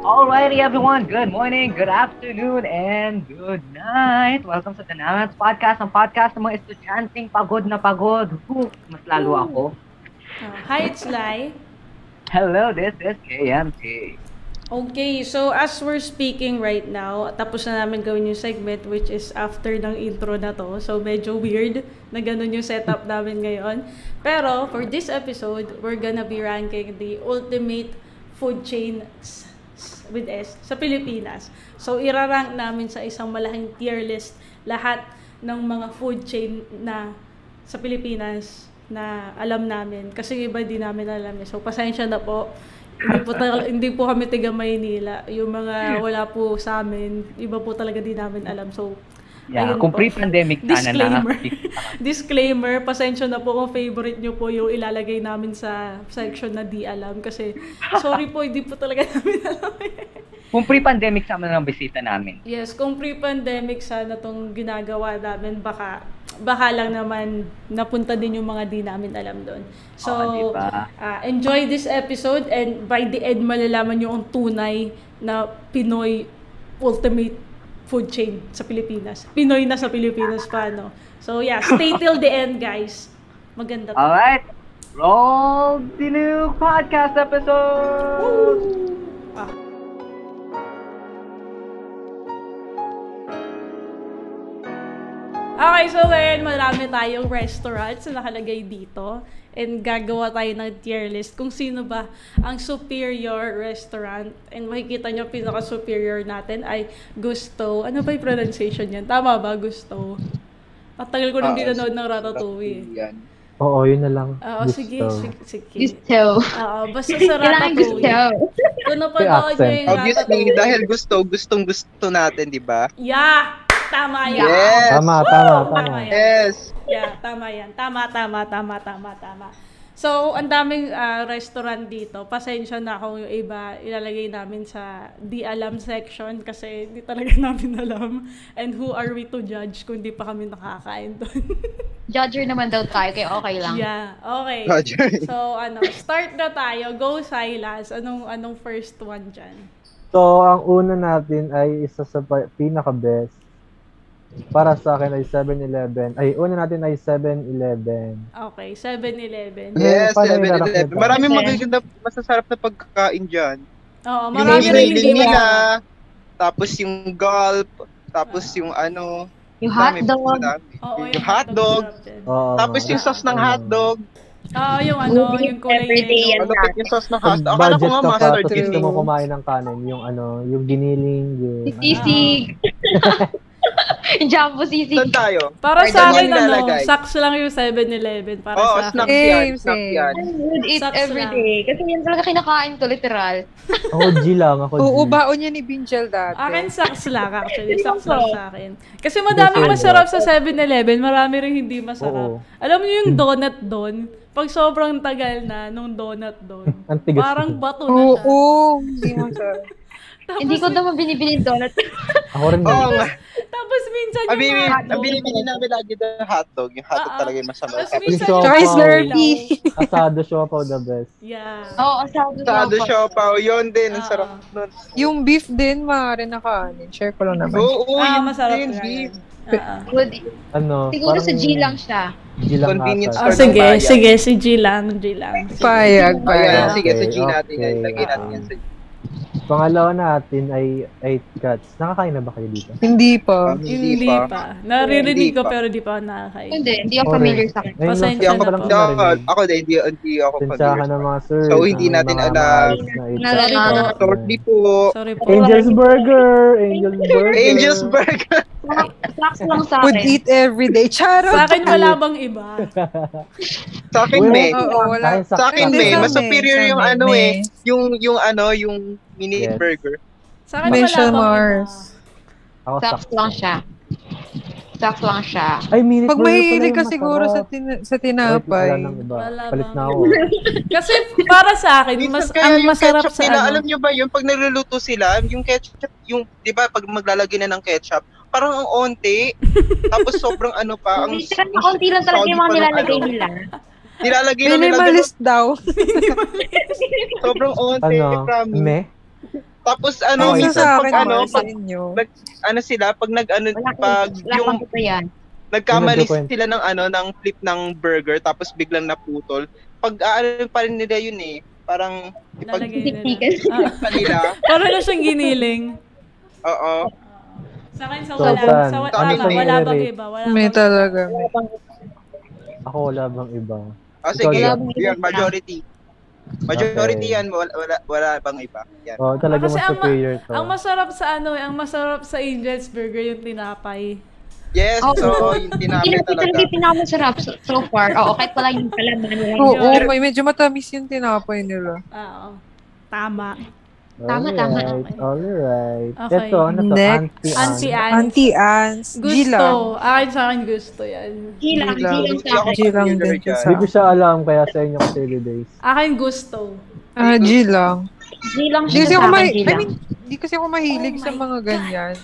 Alrighty, everyone. Good morning, good afternoon, and good night. Welcome sa Dananats Podcast, ang podcast ng mga estudyanteng pagod na pagod. Whew, mas lalo ako. Ah, hi, it's Lai. Hello, this is KMT. Okay, so as we're speaking right now, tapos na namin gawin yung segment which is after ng intro na to. So medyo weird na ganun yung setup namin ngayon. Pero for this episode, we're gonna be ranking the ultimate food chain s- s- with S sa Pilipinas. So irarank namin sa isang malaking tier list lahat ng mga food chain na sa Pilipinas na alam namin kasi yung iba di namin alam eh. So pasensya na po. Hindi po, tal- hindi po kami tiga Maynila. Yung mga wala po sa amin, iba po talaga di namin alam. So Yeah, ayun kung po. pre-pandemic sana na. Disclaimer. Disclaimer, pasensya na po kung favorite nyo po yung ilalagay namin sa section na di alam kasi sorry po, hindi po talaga namin alam. Kung pre-pandemic sana ng bisita namin. yes, kung pre-pandemic sana tong ginagawa namin, baka baka lang naman napunta din yung mga di namin alam doon. So, Oo, di ba? ah, enjoy this episode and by the end malalaman nyo ang tunay na Pinoy ultimate food chain sa Pilipinas. Pinoy na sa Pilipinas pa, no? So, yeah, stay till the end, guys. Maganda to. Alright, roll the new podcast episode! Ah. Okay, so ngayon marami tayong restaurants na nakalagay dito and gagawa tayo ng tier list kung sino ba ang superior restaurant and makikita nyo pinaka-superior natin ay Gusto. Ano ba yung pronunciation yan? Tama ba, Gusto? At tagal ko nang Oo. dinanood ng Ratatouille. Yan. Oo, yun na lang. Oo, Gusto. sige, sige, sige. Gusto. Oo, basta sa Kailangan gusto. Ratatouille. Kung napanood nyo accent. yung Obviously, Ratatouille. dahil gusto, gustong gusto natin, di ba? Yeah! Tama yan. Yes! Oh, Tama, tama, Woo! tama. Tama yan. Yes! Yeah, tama yan. Tama, tama, tama, tama, tama. So, ang daming ah, restaurant dito. Pasensya na kung yung iba ilalagay namin sa di alam section kasi di talaga namin alam. And who are we to judge kung di pa kami nakakain doon? Judger naman daw tayo, kaya okay lang. yeah, okay. Roger. So, ano, start na tayo. Go, Silas. Anong, anong first one dyan? So, ang una natin ay isa sa pa- pinaka-best. Para sa akin ay 7-Eleven. Ay, una natin ay 7-Eleven. Okay, 7-Eleven. Yes, Paano yung 7-Eleven. lalaki ba? Maraming Yes. magaganda, masasarap na pagkain dyan. Oo, Yung marami rin hinihiling hindi nila, alam. tapos yung gulp, tapos yung ano, Yung dami, hotdog, madami. Oo, yung hotdog, sarap din. Oo, tapos yung sauce ng hotdog, Oo, yung ano, Movie yung kulay everyday ano? yellow. yan. malapit yung sauce ng Pag hotdog. Akala budget ko nga ka pa, mustard tapos yun gusto mo eh. kumain ng kanin, yung ano, yung giniling, yung... sisig. Yung jumbo sisig. Saan tayo? Para Ay, sa akin, ganyan ano, nilalagay. saks lang yung 7-Eleven para Oo, sa snack akin. yan, Same, snack same. yan. I would eat Sucks every lang. day. Kasi yan talaga kinakain ko, literal. ano. Ako G lang, ako G. Oo, baon yan ni Binjel dati. Akin, saks lang actually. Saks Ako. lang sa akin. Kasi madaming Ako. masarap sa 7-Eleven, marami rin hindi masarap. Oo. Alam niyo yung donut doon? Pag sobrang tagal na nung donut doon, Ang tigas. parang bato na Oo, siya. hindi mo sa... Tapos, Hindi ko naman binibili yung donut. Ako rin. Oo nga. tapos minsan yung Abili, mga hotdog. abili ko namin lagi ng hotdog. Yung hotdog Ah, ah. talaga yung masama. Tapos minsan Choice yung mga Slurpee. ilaw. Asado siopaw the best. Yeah. Oo, asado Sado siopaw, yun din, ang Ah, sarap ah. nun. Yung beef din, maaari na kanin. Share ko lang naman. Oo, Ah, yun masarap din, nga beef. yun. Ah, ah. Would eat. Ano? Siguro sa parang G lang siya. G lang Convenience Ah, ata. store ng sige, bayan. sige, si G lang, G lang. Payag, Ayan, payag. sige, sa G Okay, natin okay. yan. um, Lagyan natin yan sa G. Pangalawa natin ay 8 Cats. Nakakain na ba kayo dito? Hindi pa. Hindi Hindi pa. pa. Naririnig Hindi ko pa. pero di pa ako nakakain. Hindi, hindi ako Okay. familiar sa akin. Ngayon, Pasensya Hindi lang ako, na pala ko po. ako, narinig. ako din, hindi, hindi ako Sensya ka familiar. na mga sir. So, hindi Ang natin mga alam. maayos na Sorry ito. po. Nalala. ano. Sorry Ah, po. Sorry po. Angel's Burger! Angel's Burger! Angel's Burger. Snacks lang sa Would akin. eat every day. Charot! Sa akin wala bang iba? Sa akin, Wala. may. Oo, wala. Sa Sa akin, Hindi, may. sa Mas may, superior sa yung may, ano eh. may. Yung, yung ano, yung mini Yes. burger. Sa akin wala Michelle bang Mars. iba? Ako Snacks sakto. lang siya. Snacks lang siya. Ay, minute Pag burger pala mahilig yung ka siguro sa, masarap. tin- sa Wait, wala tinapay. nang iba. Wala Palit bang- na ako. Kasi para sa akin, Minsan mas, kaya ang yung masarap ketchup sa nila, ano. alam nyo ba yun, pag niluluto sila, yung ketchup, yung, di ba, pag maglalagay na ng ketchup, parang ang onti, tapos sobrang ano pa, ang, Literal na konti lang talaga yung mga Saudi pa ng nilalagay ano. nila. nilalagay na nila, Minimalist daw. sobrang onti, Ano? I promise. Me? Tapos ano, Oh, Isa minsan sa akin, pag ano, ano, sa pag, inyo. ano sila, pag nag ano, Wala kang, pag wala yung kang kita yan. Yun nagkamali ang point. sila ng ano, ng flip ng burger, tapos biglang naputol. Pag ano pa rin nila yun eh, parang ipag Lalagay nila. Tiktikan. Ah, pa nila. parang na siyang giniling. Oo. Sa akin, sa So, wala. saan? Sa wala, Ano wala, sa'yo, wala bang Rick? iba. Wala May bang- talaga. Ako wala bang iba? O Ah, sige, Wala bang yun, iba? majority. Majority Okay. yan, wala, wala, wala bang iba. Yan. Oh, Ah, talaga kasi mas ang ma- superior to. Ang masarap sa ano eh, ang masarap sa Angel's Burger yung tinapay. Yes, Oo. so yung Hindi tinapay na talaga talaga. yung pinakamasarap so, so far. Oo, kahit pala yung kalaman nila. Oo, Medyo- may medyo matamis yung tinapay nila. Oo. Tama. tama, tama. Alright, alright. Okay. Ito, ano to? Next. Auntie Auntie Anne. Anne. Auntie Anne's. Gila. Gusto. Akin sa akin gusto yan. Hilang, Hindi lang. hilang sa akin. G lang din siya sa Hindi ko siya alam kaya sa inyo kasi days. Akin gusto. Ah, G lang. Hilang Di siya kasi sa ako, akin. ma- I Hilang. mean, di kasi ako mahilig Oh sa my mga God. ganyan.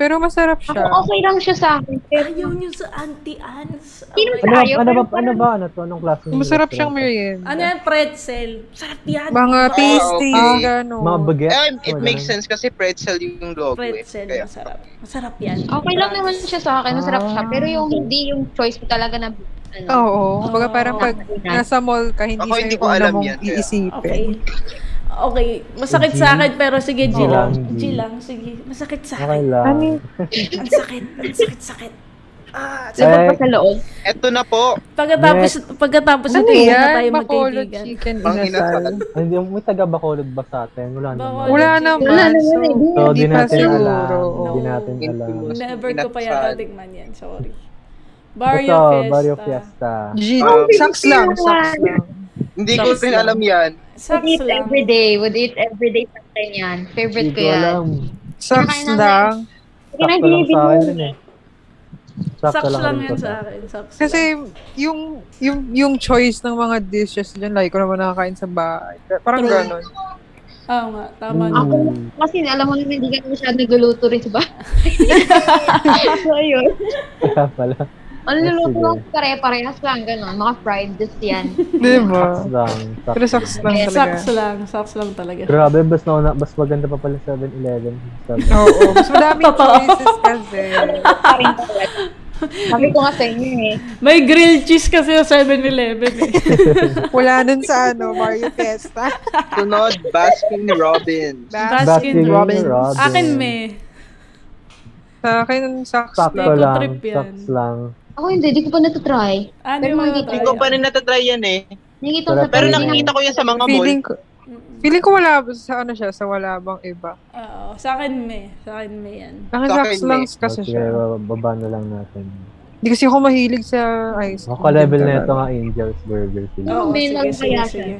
Pero masarap Ako siya. okay lang siya sa akin. Pero Ayaw niyo sa Auntie Anne's. Oh Sino my Ano, God. Ayaw, ano ba, pero ano ba, ano to? Anong klase? ng Masarap restaurant? siyang merienda. Ano yan? Ano? Pretzel. Sarap yan. Mga Mga tasty, okay. gano'n. Mga baguette? Eh, it Wala. makes sense kasi pretzel yung logo eh. Pretzel. Kaya, Masarap. Masarap yan. Ah, okay lang naman siya sa akin. Masarap siya. Pero yung hindi yung choice ko talaga na ano. Oo. Kumbaga parang pag nasa mall ka, hindi Ako, siya hindi yung ko una alam mong yan, kaya. iisipin. Okay. Okay. Masakit sa akin pero sige, G Oo, lang. G G. lang. Sige. Masakit sa Okay akin. lang. Ano? Ang sakit. Ang sakit-sakit. Ah, Sabot pa Eh, sa loob. eto na po. pagkatapos, pagkatapos Ano ito, hindi na yan? tayo Bacolod magkaibigan. chicken Ang inasal. inasal. Ay, Hindi may taga Bacolod ba sa atin? Wala naman. Bacolod. Wala naman. Wala naman eh. so, So, di hindi natin pa alam. siguro. Di No. natin alam. Never ko pa yata tikman yan. Sorry. Barrio Ito, Fiesta. Barrio Fiesta. G, Oh, saks lang, saks lang. Hindi ko Socks rin lang. alam yan. Would Sucks eat lang. everyday. Would eat everyday sa akin yan. Favorite Hindi ko ko yan. alam. Saks lang. Hindi na Sakto lang hindi sa akin mo. din eh. Sakto Sucks lang lang rin yan ko sa akin. Sucks Kasi yung yung yung choice ng mga dishes dyan, like ko naman nakakain sa bahay. Parang True. ganon. lang. Oo nga. Tama Mm. na. Ako, kasi alam mo naman, hindi ka masyado nagluluto rin sa bahay. so, ayun. Kaya pala. Ang luluto Sige. lang pare-parehas lang, gano'n. Mga fried, just yan. Di ba? Saks lang. saks Diba? Pero saks lang Eh, Sucks talaga. lang. Sucks lang talaga. Grabe, mas, na, mas maganda pa pala 7-Eleven. Sabi. Oo. Mas madaming Totoo. choices kasi. Pa rin talaga. Sabi ko nga sa inyo eh. May grilled cheese kasi sa 7-Eleven eh. Wala nun sa ano, Mario Fiesta. Diba? Sunod, Baskin Robbins. Ba- Baskin Robbins. Akin may. Sa akin, saks Sakto Hindi ko lang. lang. trip yan. Saks lang. Ako hindi, di ko pa natatry. Ano Pero yung mga makikita Hindi ko pa rin natatry yan eh. Nakikita ko Wala sa pa Pero Ayun. nakikita ko yan sa mga mall. Feeling ko, feeling ko wala sa ano siya, sa wala bang iba. Oo. Sa akin may. Sa akin may yan. Akin Sa akin, saks lang eh. kasi Sige, siya. baba- baba na lang natin. Hindi kasi ako mahilig sa ice cream. Maka-level na Talaga. ito nga Angels Burger. Sila. Oo, may sige, lang sige, kaya siya. sige.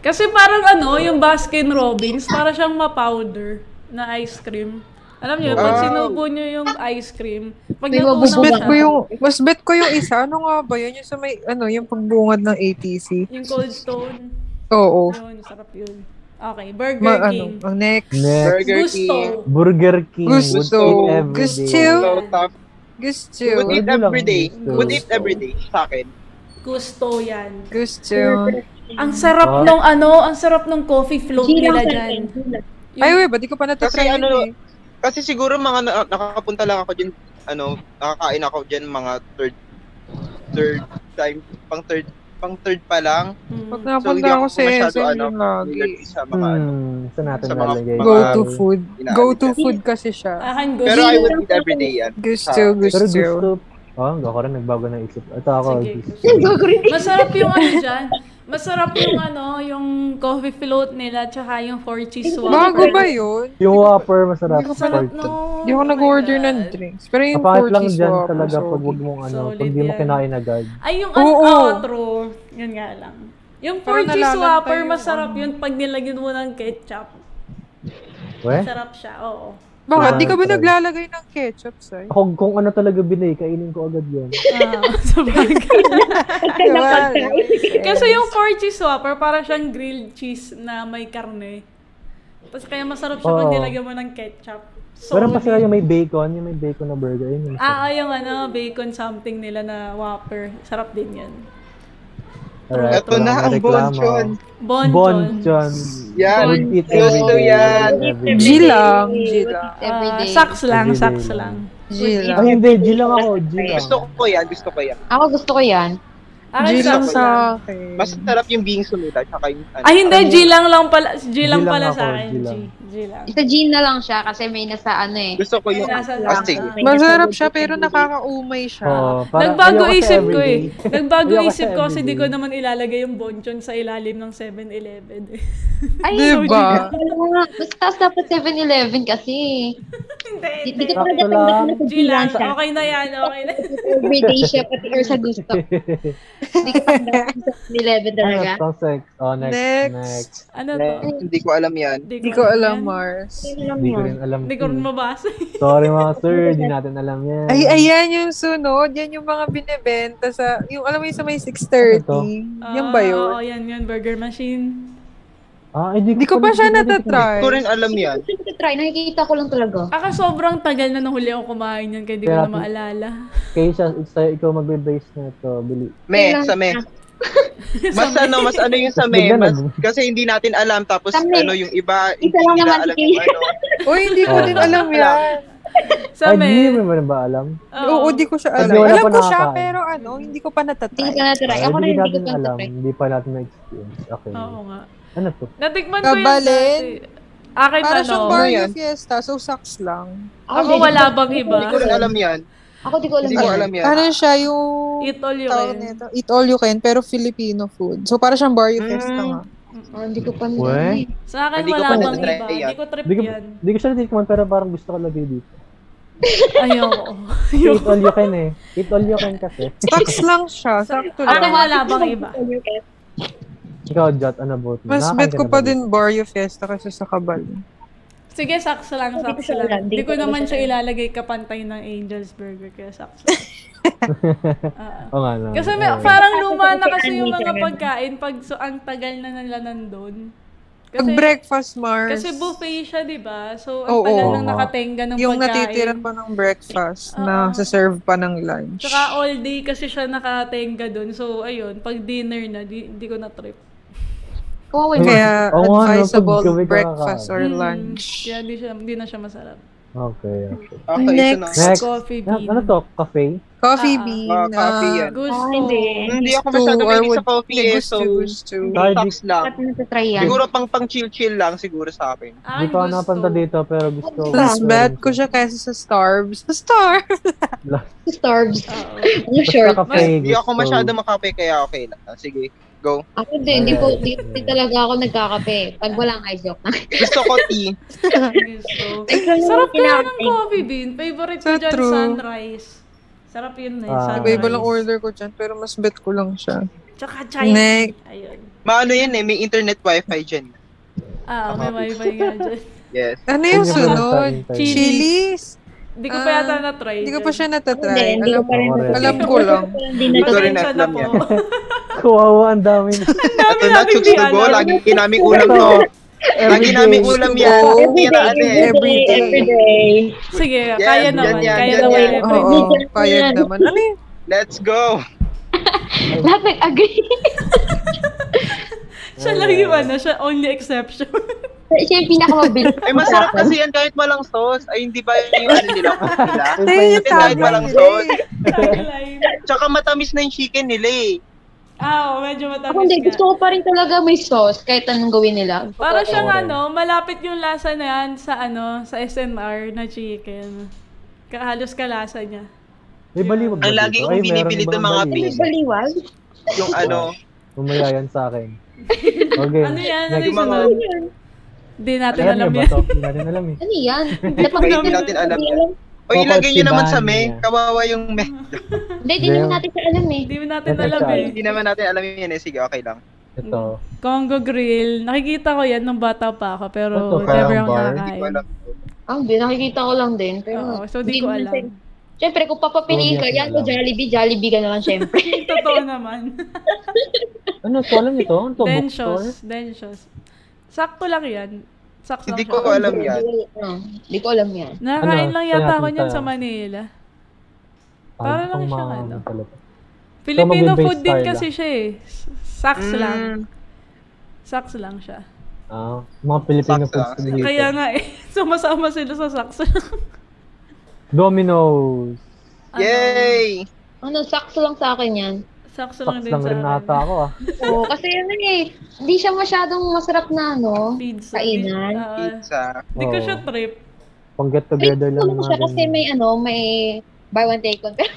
Kasi parang ano, yung Baskin Robbins, para siyang ma-powder na ice cream. Alam niyo, pag Oh. sinubo niyo yung ice cream, pag May natunaw Mas bet siya, ko yung, mas bet ko yung isa. Ano nga ba yun? Yung sa may, ano, yung pagbungad ng ATC. yung cold stone, Oo. yun, sarap yun. Okay, Burger Ma, King. ano, ang next. Next, Burger Gusto. King. Burger King. would Gusto. eat every Gusto. day. So tough. Would Gusto. eat Ano lang every day. gusto. Would eat every day. Sa akin. Gusto yan. Gusto. Ang sarap Ah. nung ano, ang sarap nung coffee float Hindi nila lang sa dyan. akin. Yung- Ay, wait, ba't di ko pa natatry Kasi yun ano- eh. Kasi siguro mga na- nakakapunta lang ako dyan, ano, nakakain ako dyan mga third, third time, pang third, pang third pa lang. Mm. Pag So, nakapunta hindi ako ako sa masyado, SM ano, yun lagi. nilagay sa mga, ano. Hmm, saan natin Sa mga- nalagay? mga- Go to food. Inaano Go to siya. food kasi siya. Ahan, gusto. Pero I would eat every day yan. Gusto, Pero gusto. gusto, oh, ako rin nagbago ng isip. Ito ako, Sige, gusto. gusto. Gagawin Masarap yung ano dyan. Masarap yung ano, yung coffee float nila, tsaka yung four cheese whopper. Bago ba yun? Yung Whopper, masarap. Hindi ko Sarap Pork chop. no. Hindi ako Oh my nag-order God. ng drinks. Pero yung Kapangit lang Porky's dyan Whopper, talaga so- pag huwag mong ano, Solid pag di mo yan. kinain agad. Ay, yung Oo. ano, true. Yun nga lang. Yung four Parang cheese nalalanta whopper, yung masarap ano. Eh? yun pag nilagyan mo ng ketchup. Weh? Sarap siya, oo. Bakit? Di ka ba Parang- naglalagay ng eh? ketchup, Sai? Ako, kung ano talaga binay, kainin ko agad yun. Ah, sabagay. Diba? Kasi yung four cheese whopper, parang siyang grilled cheese na may karne. Tapos kaya masarap siya pag Oo. nilagyan mo ng ketchup. So, Meron pa sila yung may bacon, yung may bacon na burger. Yun yung masarap. Ah, ah, yung ano, bacon something nila na whopper. Sarap din yan. Alright, Ito wala na ang reklamo. bonchon. Bonjon. Bonchon. Yan. Bonchon. Gusto yan. Everyday. G lang, G lang. Ah, Everyday. saks lang, Everyday saks lang. lang. G Ay, lang. hindi. G lang ako. G lang. Gusto ko yan, gusto ko yan. Ako gusto ko yan. G Akin lang saks sa lang. akin. Mas sarap yung being sumulat, tsaka yung ano. Ay, hindi. G lang lang pala. G lang lang pala ako, sa akin. G G. lang. G lang. Sa Jean na lang siya kasi may nasa ano eh. Gusto ko yung... Nasa Ah, sige. Masarap siya pero nakakaumay siya. Oo, parang Nagbago ayoko sa isip ko eh. everyday. Nagbago Ayoko sa isip ko kasi di ko everyday. naman ilalagay yung bonchon sa ilalim ng 7-Eleven. eh. Ay, Diba? wala. Mas taas dapat 7-Eleven kasi. Hindi, Di, hindi. di ka pa Sakto nagtatanda lang. na sa G lang. Okay na yan. Okay na. Everyday siya, pati or sa gusto. Hindi ka pa nagtatanda sa 7-Eleven talaga. Ano, pang sex. Oh, next. Next. Next. Ano to? Eh, Hindi ko alam yan. Hindi ko alam, Mars. Hindi ko rin alam. Hindi ko rin mabasa. Sorry mga sir, hindi natin alam yan. Ay, ayan yung sunod. Yan yung mga binibenta sa, yung alam mo yung sa may Ano 630. to? Yan ba Ah, Oo, yun? yan yun. Burger machine. Ah, hindi Hindi ko pa siya natatry. Hindi ko rin alam yan. Hindi ko try, nakikita ko lang talaga. Aka sobrang tagal na nung huli ako kumain yan kaya di ko Kaya- na maalala. Kaya siya, sa'yo, ikaw magbe-base na ito, Bili. Me, sa me. Mas ano, mas ano yung sa me. Mas, kasi hindi natin alam. Tapos Sa me. ano yung iba, hindi Isa lang nila naman alam si yung Kay. ano. Uy, hindi ko Oo. din alam yan. Sa Ay, di men. mo na ba alam? Oo, di ko siya Kasi alam. wala Alam pa ko siya, nakakain. pero ano, hindi ko pa Hindi ko natatry. na-try. Ay, Ako Ah, rin, hindi hindi ko natin pa alam. na-try. Hindi pa natin na-experience. Okay. Oo nga. Ano to? Natikman ko yun Kabalin. dati. Akin Para siyang ano. barrio Ano yan? fiesta, so sucks lang. Ako wala bang iba? Hindi ko rin alam yan. Ako di ko alam. Hindi ko yan. alam yan. Ano siya, yung Eat all you tawag can. nito, eat all you can, pero Filipino food. So, para siyang barrio fiesta Mm. nga. Oh, hindi ko pa na Weh. Sa akin Hindi ko wala pa bang na-try iba. yan. Hindi ko trip Hindi ko, yan. hindi ko siya natitikman pero parang gusto ko lagi dito. Ayoko. Eat all you can eh. Eat all you can kasi. Sucks lang siya, sakto Akin lang. wala bang iba. Ah, Ikaw, Jot, ano about mo? Mas Nakakain bet ka ko na pa ba din barrio fiesta kasi sa kabal. Sige, saks lang, Hindi ko saks siya alam. lang. Hindi Hindi ko ko naman siya siya ilalagay kapantay ng Angel's Burger kaya saks lang. Oo. Oo nga naman. Kasi may, Oo. parang luma na kasi yung mga pagkain pag so ang tagal na nila nandun. Pag breakfast, Mars. kasi buffet siya, di ba? So, ang Oo. tagal Oo nang nga. nakatenga ng yung pagkain. natitira pa ng breakfast Oo. na serve pa ng lunch. Tsaka all day kasi siya nakatenga dun. So, ayun, pag dinner na, di, di ko na-trip. Kawawa Ayun. Kaya Oo nga, no, advisable pag gabi ka breakfast or Mm, lunch. Kaya di, siya, di na siya masarap. Okay, okay. Ah, Okay, ito na. Next. Next. Coffee Ano, bean. ano to? Cafe? Ah, Coffee ah. bean. Ah, coffee ah, yan. Gusto. Ah, hindi. Hindi ako gusto masyado or mahilig sa would- coffee eh. gusto, So, gusto. Ah, stocks lang. Dapat na-try yan. Siguro pang pang chill-chill lang siguro sa akin. Akin Hindi ko Ah, gusto. napunta dito pero gusto ko. Mas bet ko siya kaysa sa Starbs. Sa Starbs! Starves. Oo. Ano Sure. short? Cafe, Hindi ako gusto. masyado makape kaya okay lang. Ah, Sige, go. Ako din, hindi ko, di, di talaga ako nagkakape. Pag wala nga, joke na. Gusto ko tea. gusto. Sarap kaya ng coffee bean. Favorite ko So dyan, true. sunrise. Sarap yun eh, Ah. May sunrise. iba lang order ko dyan, pero mas bet ko lang siya. Tsaka chai. Next. Ayun. Maano yan eh, may internet wifi dyan. Ah, may wifi nga dyan. Yes. Ano yung Hindi ko sunod? nakakain. Chili. Chili's? Hindi ko pa Ah, yata na-try. Hindi ko pa siya natatry. Hindi, hindi ko Alam, pa rin. Ako rin. alam ko lang. Hindi dyan. na Ikaw rin Pasensya na alam po. yan. Kawawa, ang dami na. Ito na, namin chooks to ano. go. alam. Lagi kinaming ulam to. Lagi Everyday. naming ulam yan. Chooks to go. Tira, ano eh. everyday, everyday. Sige, Yan, kaya yan, naman. yan, kaya yan, naman. yan. Leopard. Oo, payag naman. Ano yun? Let's go. Lahat nag-agree. Siya lang yung ano, siya only exception. Siya yung pinakamabilis. Ay, masarap kasi yan kahit walang sauce. Ay, hindi ba yun yung ano nila? nila? Ay, yung Kasi kahit tama walang nila sauce. eh. Tagline. Tsaka matamis na yung chicken nila eh. Ah, oo, medyo Ako matapos hindi, nga. gusto ko pa rin talaga may sauce kahit anong gawin nila. Para siyang Oo. ano, malapit yung lasa na yan sa ano, sa SNR na chicken. Kahalos kalasa niya. May baliw ba Ang lagi dito? kong Ay, meron binipilit ng bang mga baliw? Pinoy. Baliwag? Yung ano, Umaya yan sa akin. Okay. Ano yan? Ano Next. yung Yung Hmm. mga- sunod? Hindi natin Ayan alam yun ba yan. to? Hindi natin alam eh. Ano yan? ay, Napakita hindi natin alam yan. O, Coco ilagay nyo naman sa me. Estibania. Kawawa yung me. Hindi, di naman natin siya alam eh. Hindi natin Next alam tayo. eh. Hindi naman natin alam yun eh. Sige, okay lang. Ito. Congo Grill. Nakikita ko yan nung bata pa ako, pero Ano to, never parang ako bar? Hindi ko nakakain. alam. Ah, hindi, nakikita ko lang din. Pero, Oo, so di ko naman alam. sa- Siyempre, kung papapiliin Oo, ka, di yan natin ko alam. Jollibee, Jollibee ka naman siyempre. Totoo naman. Ano to? Alam nyo to? Ano to? Bookstore? Densios. Densios. Sakto lang yan. Sakto Hindi lang ko siya. alam yan. Hindi ah, ko alam yan. Nakakain Ano, lang yata kaya ako niyan tayo. sa Manila. Ay, Para lang pang siya, mga ano. talaga. Filipino mag-base food din tayo kasi siya eh. Saks lang. Mm. Saks lang siya. Ah, mga Pilipino Sakto, foods sakto. dito. Kaya nga eh, sumasama sila sa saks lang. Domino's. Ano, Yay! Ano, sakso lang sa akin yan. Saks lang Saks din lang sa rin nata akin. ako ah. Oo, kasi ano eh, hindi siya masyadong masarap na ano. Pizza. Kainan. Pizza. Ah, Hindi ko siya Oo. trip. Pang get Treat together lang ko lang siya natin. kasi may ano, may buy one take one. Pero,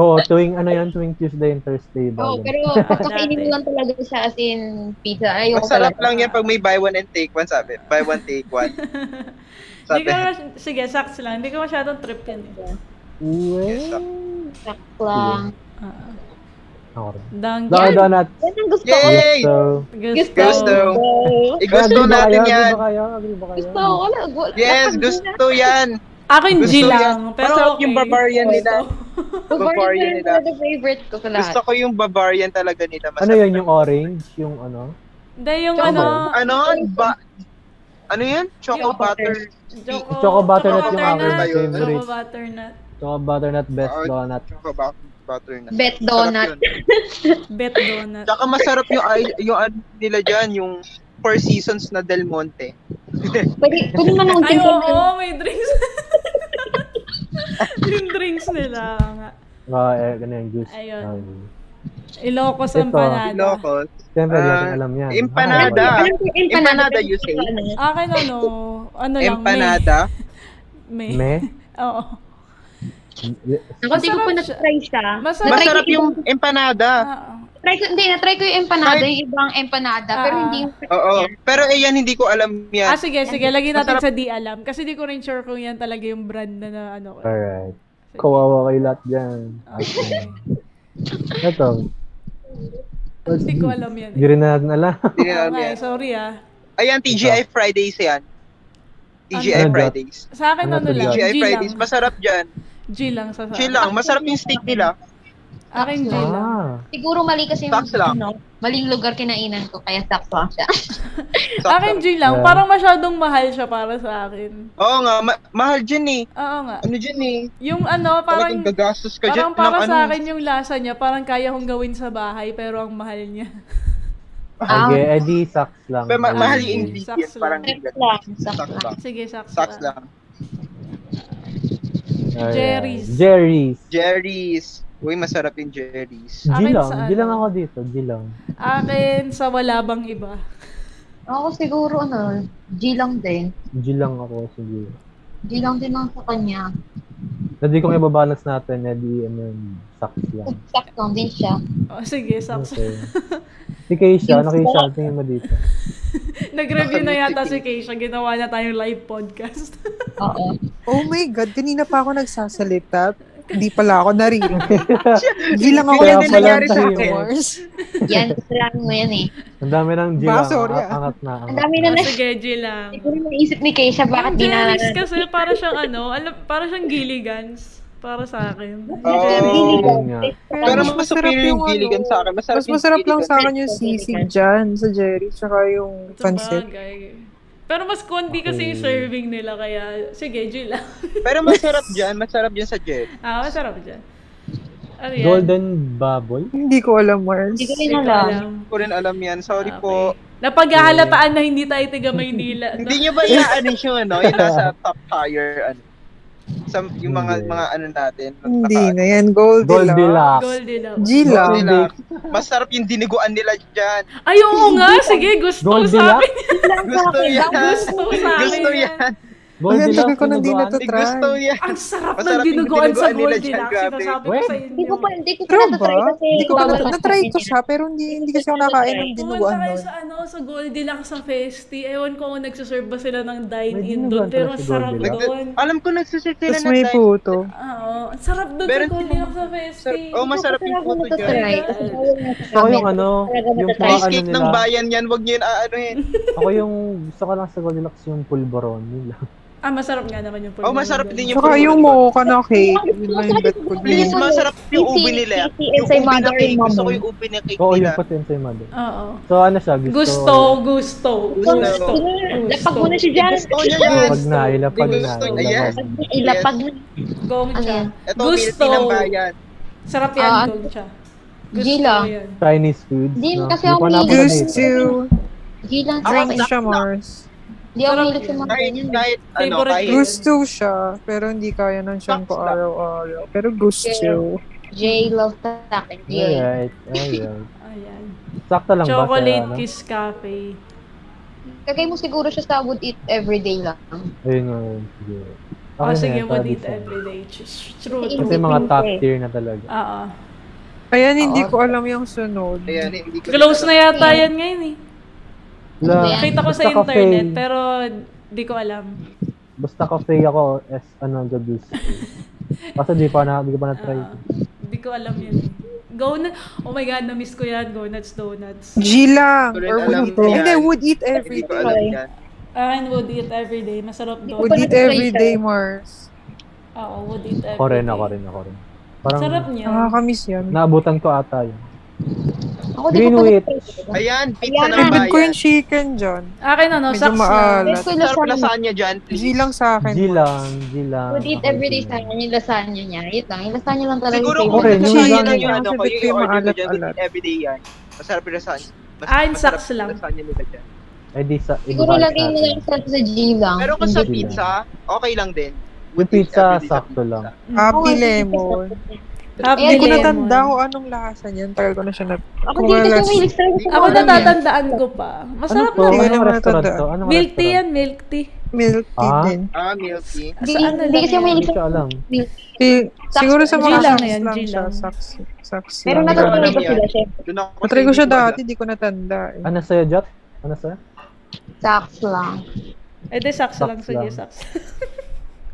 Oo, tuwing ano yan, tuwing Tuesday and Thursday ba? oh, pero pagkakainin mo lang talaga siya as in pizza. Ayoko Masarap talaga. lang yan pag may buy one and take one, sabi. Buy one, take one. Hindi Sabi. ko, mas- sige, saks lang. Hindi ko masyadong trip yan eh. Uwe. Yes, sabi. Sakto lang. Ah, Ako rin. Dang. Daka Donut. Yan ang gusto ko. Yay! So, Gusto. Gusto. Gusto. Igusto agree ba Eh, natin kayo? yan. Agree ba kayo? Agree ba kayo? Gusto ko. Wala, wala. Yes, gusto yan. Ako yung G Gusto lang. yan. Pero Masarap okay. yung barbarian nila. Bavarian Bavarian nila. talaga favorite ko sa lahat. Gusto ko yung Bavarian talaga nila. Ano yun, yung orange? Yung ano? Hindi, yung Choco. ano. Ano? Ba- ano yan? Choco Yung- butter. Choco, Choco butternut choco yung butternut, aking favorite. Choco butternut. Tsaka butternut best Oo. donut. Choco ba- butter na. Bet Sarap donut. yun. Bet donut. Tsaka masarap yung, ay- yung ano nila dyan, yung Four Seasons na Del Monte. Pwede, pwede man akong Ay, oo, tingin. may drinks. yung drinks nila. oo nga. Ah, eh, ganun yung juice. Ayun. Ah, Ilocos Ito. empanada. Ilocos. Siyempre, di Ah, natin alam yan. empanada. Ah, Alam ko yung Empanada, empanada. you say? Akin ano, ano lang, Empanada. may. May. Me? Oo. Ako, hindi ko pa Masarap siya. na-try siya. Masarap- Ah, Na-try Masarap ko yung empanada. Oo. Try ko, hindi, na-try ko yung empanada, Kahit- yung ibang empanada, pero Ah. hindi yung... Oo. Pero eh, yan, hindi ko alam yan. Ah, sige, sige. Lagyan natin sa di alam. Kasi di ko rin sure kung yan talaga yung brand na, na ano. ko. Alright. Kawawa kayo lahat dyan. Okay. Ito. Hindi ko alam yan. Hindi rin natin alam. Hindi ko Oo alam nga eh, yan. sorry ah. Ayan, TGI Fridays yan. TGI Ano? Fridays. Sa akin Ano ano, to, lang, TGI G lang. Fridays, masarap dyan. G lang sa sa. Chill lang, masarap yung steak nila. Akin G lang. Ah. Siguro mali kasi yung, Sakto lang. ano, maling lugar kinainan ko, kaya sakto lang siya. Akin G lang. Yeah. Parang masyadong mahal siya para sa akin. Oo nga, ma- mahal dyan eh. Oo nga. Ano dyan eh? Yung ano, Parang parang... gagastos ka Parang dyan. para ng sa ano. akin yung lasa niya, parang kaya kong gawin sa bahay, pero ang mahal niya. Ah, Okay, eh di sucks lang. Pero ma- Ayun, mahal di. yung ingredients. Sucks Parang sakto lang, sakto Sucks lang. lang. Sige, saksa. Sucks lang. Alright. Jerry's. Jerry's. Jerry's. Uy, masarap yung Jerry's. G Akin lang. sa G lang ano? ako dito. G lang. Akin, sa wala bang iba. Ako siguro, ano, G lang din. G lang ako. Sige. G lang din ang sa kanya. Hindi kung ibabalance natin, eh di ano yun, sucks lang. Sakto lang din siya. O, Oh, sige, saksa. Okay. Si Keisha, ano Yung Keisha? Tingin mo dito. Nag-review na yata si Nakamitig. Keisha. Ginawa na tayong live podcast. Oo. Oh my God, kanina pa ako nagsasalita. Hindi pala ako narinig. Hindi lang ako Kaya yung pala nangyari tayo. Wars. Yan, kasalanan mo yan eh. Ang dami ng G Ba, lang. sorry, ang- ah. Angat na. Angat. Ang dami na na sige, G Oh, lang. siguro naisip ni Keisha bakit di na Jerry's kasi para siyang ano, alam, para siyang Gilligans. Para sa akin. Oh. Yun nga. Pero Mas mas masarap superior yung yung ano, giligan sa akin. Masarap, Mas masarap lang sa akin yung Giligan. sisig dyan sa Jerry, tsaka yung Diba? pancit. Sabagay. Pero mas konti kasi yung serving nila, kaya sige, G lang. Pero masarap dyan. Masarap dyan sa Jerry. ah, masarap dyan. Ano yan? Golden Bubble? Hindi ko alam, Mars. Hindi ko Hindi rin ko alam. alam. Hindi ko rin alam yan. Sorry Ah, Okay. po. Napaghahalataan na hindi tayo taga Maynila. Hindi nyo ba iaanis yung ano? Yung nasa top tier, ano? Sa, yung mga Hindi. mga ano natin. Hindi nagtaka- na yan. Goldilocks. Goldilocks. Goldilocks. G lang. Hindi lang. Masarap yung diniguan nila dyan. Ay, oo nga. Sige, gusto ko sa akin. Goldilocks? Gusto Gusto yan. ko sa akin. Gusto yan. yan. Ang tagal Goldilocks. ko nang di tinuguan. natut- Gusto yan. Ang sarap ng Masarap yung dinuguan sa dinuguan nila dyan, Goldilocks. grabe. Sinasabi ko sa inyo. Hindi ko pa, hindi ko pa Pero natatry ba? kasi Hindi ko pa bawal na- kasi na-try ko yun. siya, pero hindi, hindi kasi ako nakakain ng dinuguan Pumunta kayo nun. sa ano, sa Goldilocks sa Festi. Ewan ko kung nagsiserve ba sila ng May dine-in dinuguan doon. pala Pero si ang sarap Goldilocks. doon. Alam ko nagsisit sila Tapos ng may time. puto. Oo. Ang sarap doon sa Meron Goldilocks sa Sarap. Festi. Oh, masarap yung Hindi ko puto pa dyan. natatry kasi bawal nga sa Ako yung amin. ano, Talaga yung matatry. pang- Cheesecake ano nila. ng bayan yan. Wag nyo yun aanuhin. Ako yung gusto ko lang sa Goldilocks yung pulboron. Yun lang. Ah, masarap nga naman yung pulbo. Oh, masarap din yung Tsaka yung pulboron. mocha na cake. Ang Yun gusto lang yung ko bet talaga ko yung Please, dun. pulboron. masarap yung Isi- ube nila. isi- Yung isi- ube na mother cake. and Gusto ko mother. yung ube na cake Oo, nila. yung pati yun sa'yo, mother. Oo. So ano siya? Gusto. Gusto, gusto. Gusto. Napagmuna siya dyan. Gusto niya yan. ano, Pag na, ilapag Gusto na. niya yan. ilapag na. Ilapag na. Gongcha. Ano yan? Ito, Gusto. milk tea ng bayan. Sarap Ah, yan, ano? Gongcha. Gusto Gila. ko yan. Chinese foods. Hindi, no? kasi Hindi ako pa may- napunta Goose dito. to Gilang sa drink akin. siya, Mars. Hindi ako mahilig sa mga Kahit, ganyan. kahit, ano, Favorite kahit, Goose. Gusto siya, pero hindi kaya ng siyang ko araw-araw. Pero gusto. J love sa akin. J. Alright, alright. Ayan. Sakto lang ba? ano? Chocolate Kiss kiss. Cafe. Kagay mo siguro siya sa would eat everyday lang. Ayun nga yun. Sige. Oh, Okay na sige, yan, one sabi eat siya. everyday. Ch- True, Kasi true. mga Hindi top eh. tier na talaga. Oo. Ayan, hindi ko alam yung sunod. Ah, ayan, hindi ko Close na yata yan ngayon eh. La, Ayan. Nakita ko sa basta cafe. internet, pero di ko alam. Basta cafe ako as ano, the goose. Kasi di pa na, di ko pa na-try. Oo. Di ko alam yun. eh. Go na. Oh my God, na-miss ko yan. Go nuts, donuts. G lang. Correct, Or alam would ko yan. Hindi, would eat Hindi every ko alam day. yan. Akin would eat every day. Masarap daw. Would eat every day, Mars. Oo, would eat every Ako rin, day. ako rin, ako rin. Parang, Sarap niya. Nakakamiss yan. naabutan ko ata yun. Ako di Green ko wheat. Ayan, pizza Ayan. ng Favorite ko bayan. yung chicken dyan. Akin ano, Medyo socks maalat. na. Best ko yung Sarap lasagna. lasagna dyan, G please. lang sa akin. G lang, G lang. Would eat Okay, every day G sa lang. akin yung lasagna niya. Yun lang. Yung lasagna lang talaga Siguro yung kung Okay, favorite. yun lang. ano yun lang yung Yung ano ko, favorite ko yung yung order ko dyan, maalat-alat. everyday yan. Masarap yung lasagna. Mas, Ah, yung masarap socks yung lang. lasagna nila dyan. Eh di sa, Siguro ibabalik lagay mo natin. lang sa sa G lang. Pero kung sa Hindi. pizza, okay lang din. Yung Would eat pizza, everyday sa sakto pizza. lang. Oh, Happy Oo, lemon. Happy Hindi ko Lemon. natanda kung anong lasa niyan. Tagal ko na siya na... Ako di kasi mahilig sa sa Ako mga ganyan. natatandaan ko pa. Masarap ano to? naman. Hindi Anong naman restaurant natanda. to? Anong Milk tea restaurant? yan, milk tea. Milk tea Ah? din. Ah, milky. Hindi, Sa ano hindi lang kasi yan? mahilig Hindi sa ko alam. Feel- Saks- Siguro sa G mga lang saks na yan, lang G siya. lang. Saks, saks Pero lang. nasa- natutunan ko Alam sila, yan. syempre. Doon ako Matry ko siya sa- dati, di ko natanda eh. Ano sa'yo, Jot? Ano sa'yo? Saks lang. Eh, di socks lang. Socks Sige, lang. socks.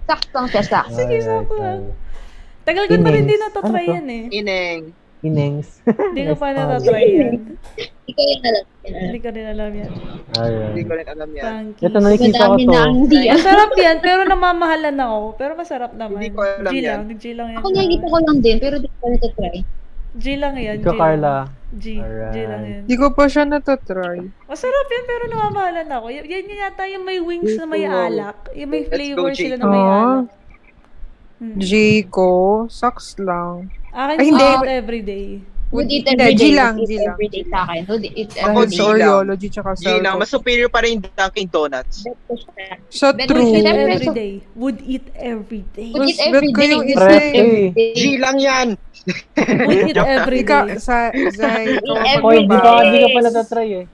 Saks lang siya, saks. Sige, sakto lang. Tagal ko na rin din natatry Ano to? yan eh. Ineng. Inengs. Hindi ko pa Yes, natatry yan. Ikaw yun na lang. Hindi ko rin alam yan. Hindi ko Alright. rin alam yan. Frankie. Ito, nakikita ko Madami to. na ang hindi. ah. Masarap yan, pero namamahalan ako. Pero masarap naman. Hindi ko alam G yan. lang, G lang yan. Ako nakikita ko lang din, pero di ko natatry. G lang yan. G Ikaw, lang. Carla. G. G lang yan. Di ko pa siya natatry. Masarap yan, pero namamahalan ako. Y- yan yung yata yung may wings na may Wow. alak. Yung may Let's flavor go, G. sila na may Ah, alak. Hmm. G ko. Saks lang. Akin Ay, hindi. hindi. everyday. Would eat Hindi, every G day. lang, Would G eat lang. every day sa akin. Would eat every Ako G day. sa lang. Oreology tsaka sa... Yun lang, mas superior pa rin yung Dunkin' Donuts. Bet ko siya. Sa Bet true. ko siya every day. Everyday. Would eat everyday. Would Mas eat bet every ko day. yung Would isa eat eh. every day. G lang yan! Would eat Ikaw, everyday. sa... Zay, ikaw Every ba? Hoy, di ba, day. di ka pa natatry eh.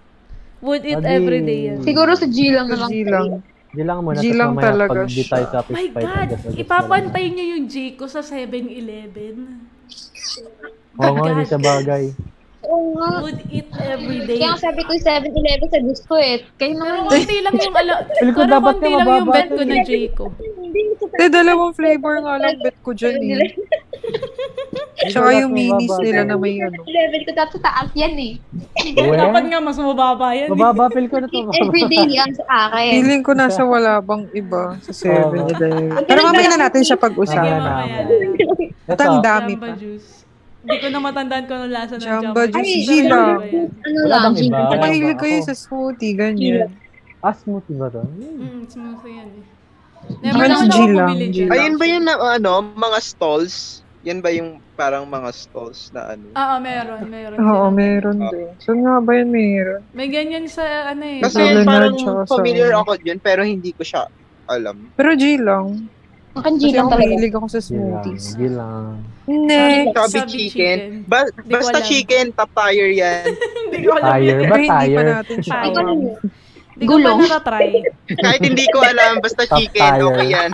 Would eat Adi. everyday yan. Siguro sa G lang na lang. G lang. Di lang muna. Di tapos lang mamaya talaga Pag di tayo siya. sa My fight, God! adjust, adjust na lang. Ipapantay niyo yung G ko sa 7-Eleven. Oo nga, hindi siya bagay. Oo nga. Would eat everyday. Kaya ang sabi ko yung 7-Eleven sa gusto eh. Kayo Pero naman. konti lang yung ala... Feel ko Pero dapat konti nga lang yung mababa bet to ko eh. na J ko. Hindi ko sa Hindi, dalawang flavor nga lang bet ko dyan eh. Tsaka yung minis nila na may ano. 7-Eleven ko dapat sa taas yan eh. Well, Dapat nga mas mababa yan. eh. Mababa, feel ko na to. Everyday yan sa akin. Feeling ko nasa wala bang iba sa 7-Eleven. Pero mamaya na natin Sige, siya Sana pag-usapan. mamaya naman. na lang. At ang Ito, dami Jamba pa. juice. Hindi ko na matandaan kung anong lasa ng Jamba jamba juice, juice. G lang. Iba yan. Ano Wala lang, bang iba? G- Kung mahilig Ako. kayo sa smoothie, ganyan. ah, smoothie ba to? Mm, smoothie yan eh. Ano, Never naman G ako lang, bumili G dyan. lang. Ayun ba yun na, ano, mga stalls? Yan ba yung parang mga stalls na ano? Oo, Ah, meron, meron. Oo, sila. meron din. Saan nga ba yun meron? May ganyan sa ano eh. Kasi Double parang nudge ako sa- familiar ako dyan, pero hindi ko siya alam. Pero G lang. Akin G Kasi lang ako talaga. mahilig ako sa Di lang, smoothies. di lang. Next. Chubby, Chubby chicken. chicken. Ba- Di ko basta alam. chicken, top tire yan. Hindi ko alam Tire yun. ba? Pero hindi pa Tire. natin siya. Hindi ko Tire. alam. Hindi ko pa Gulong. natatry. Kahit hindi ko alam, basta Top chicken, tire. okay yan.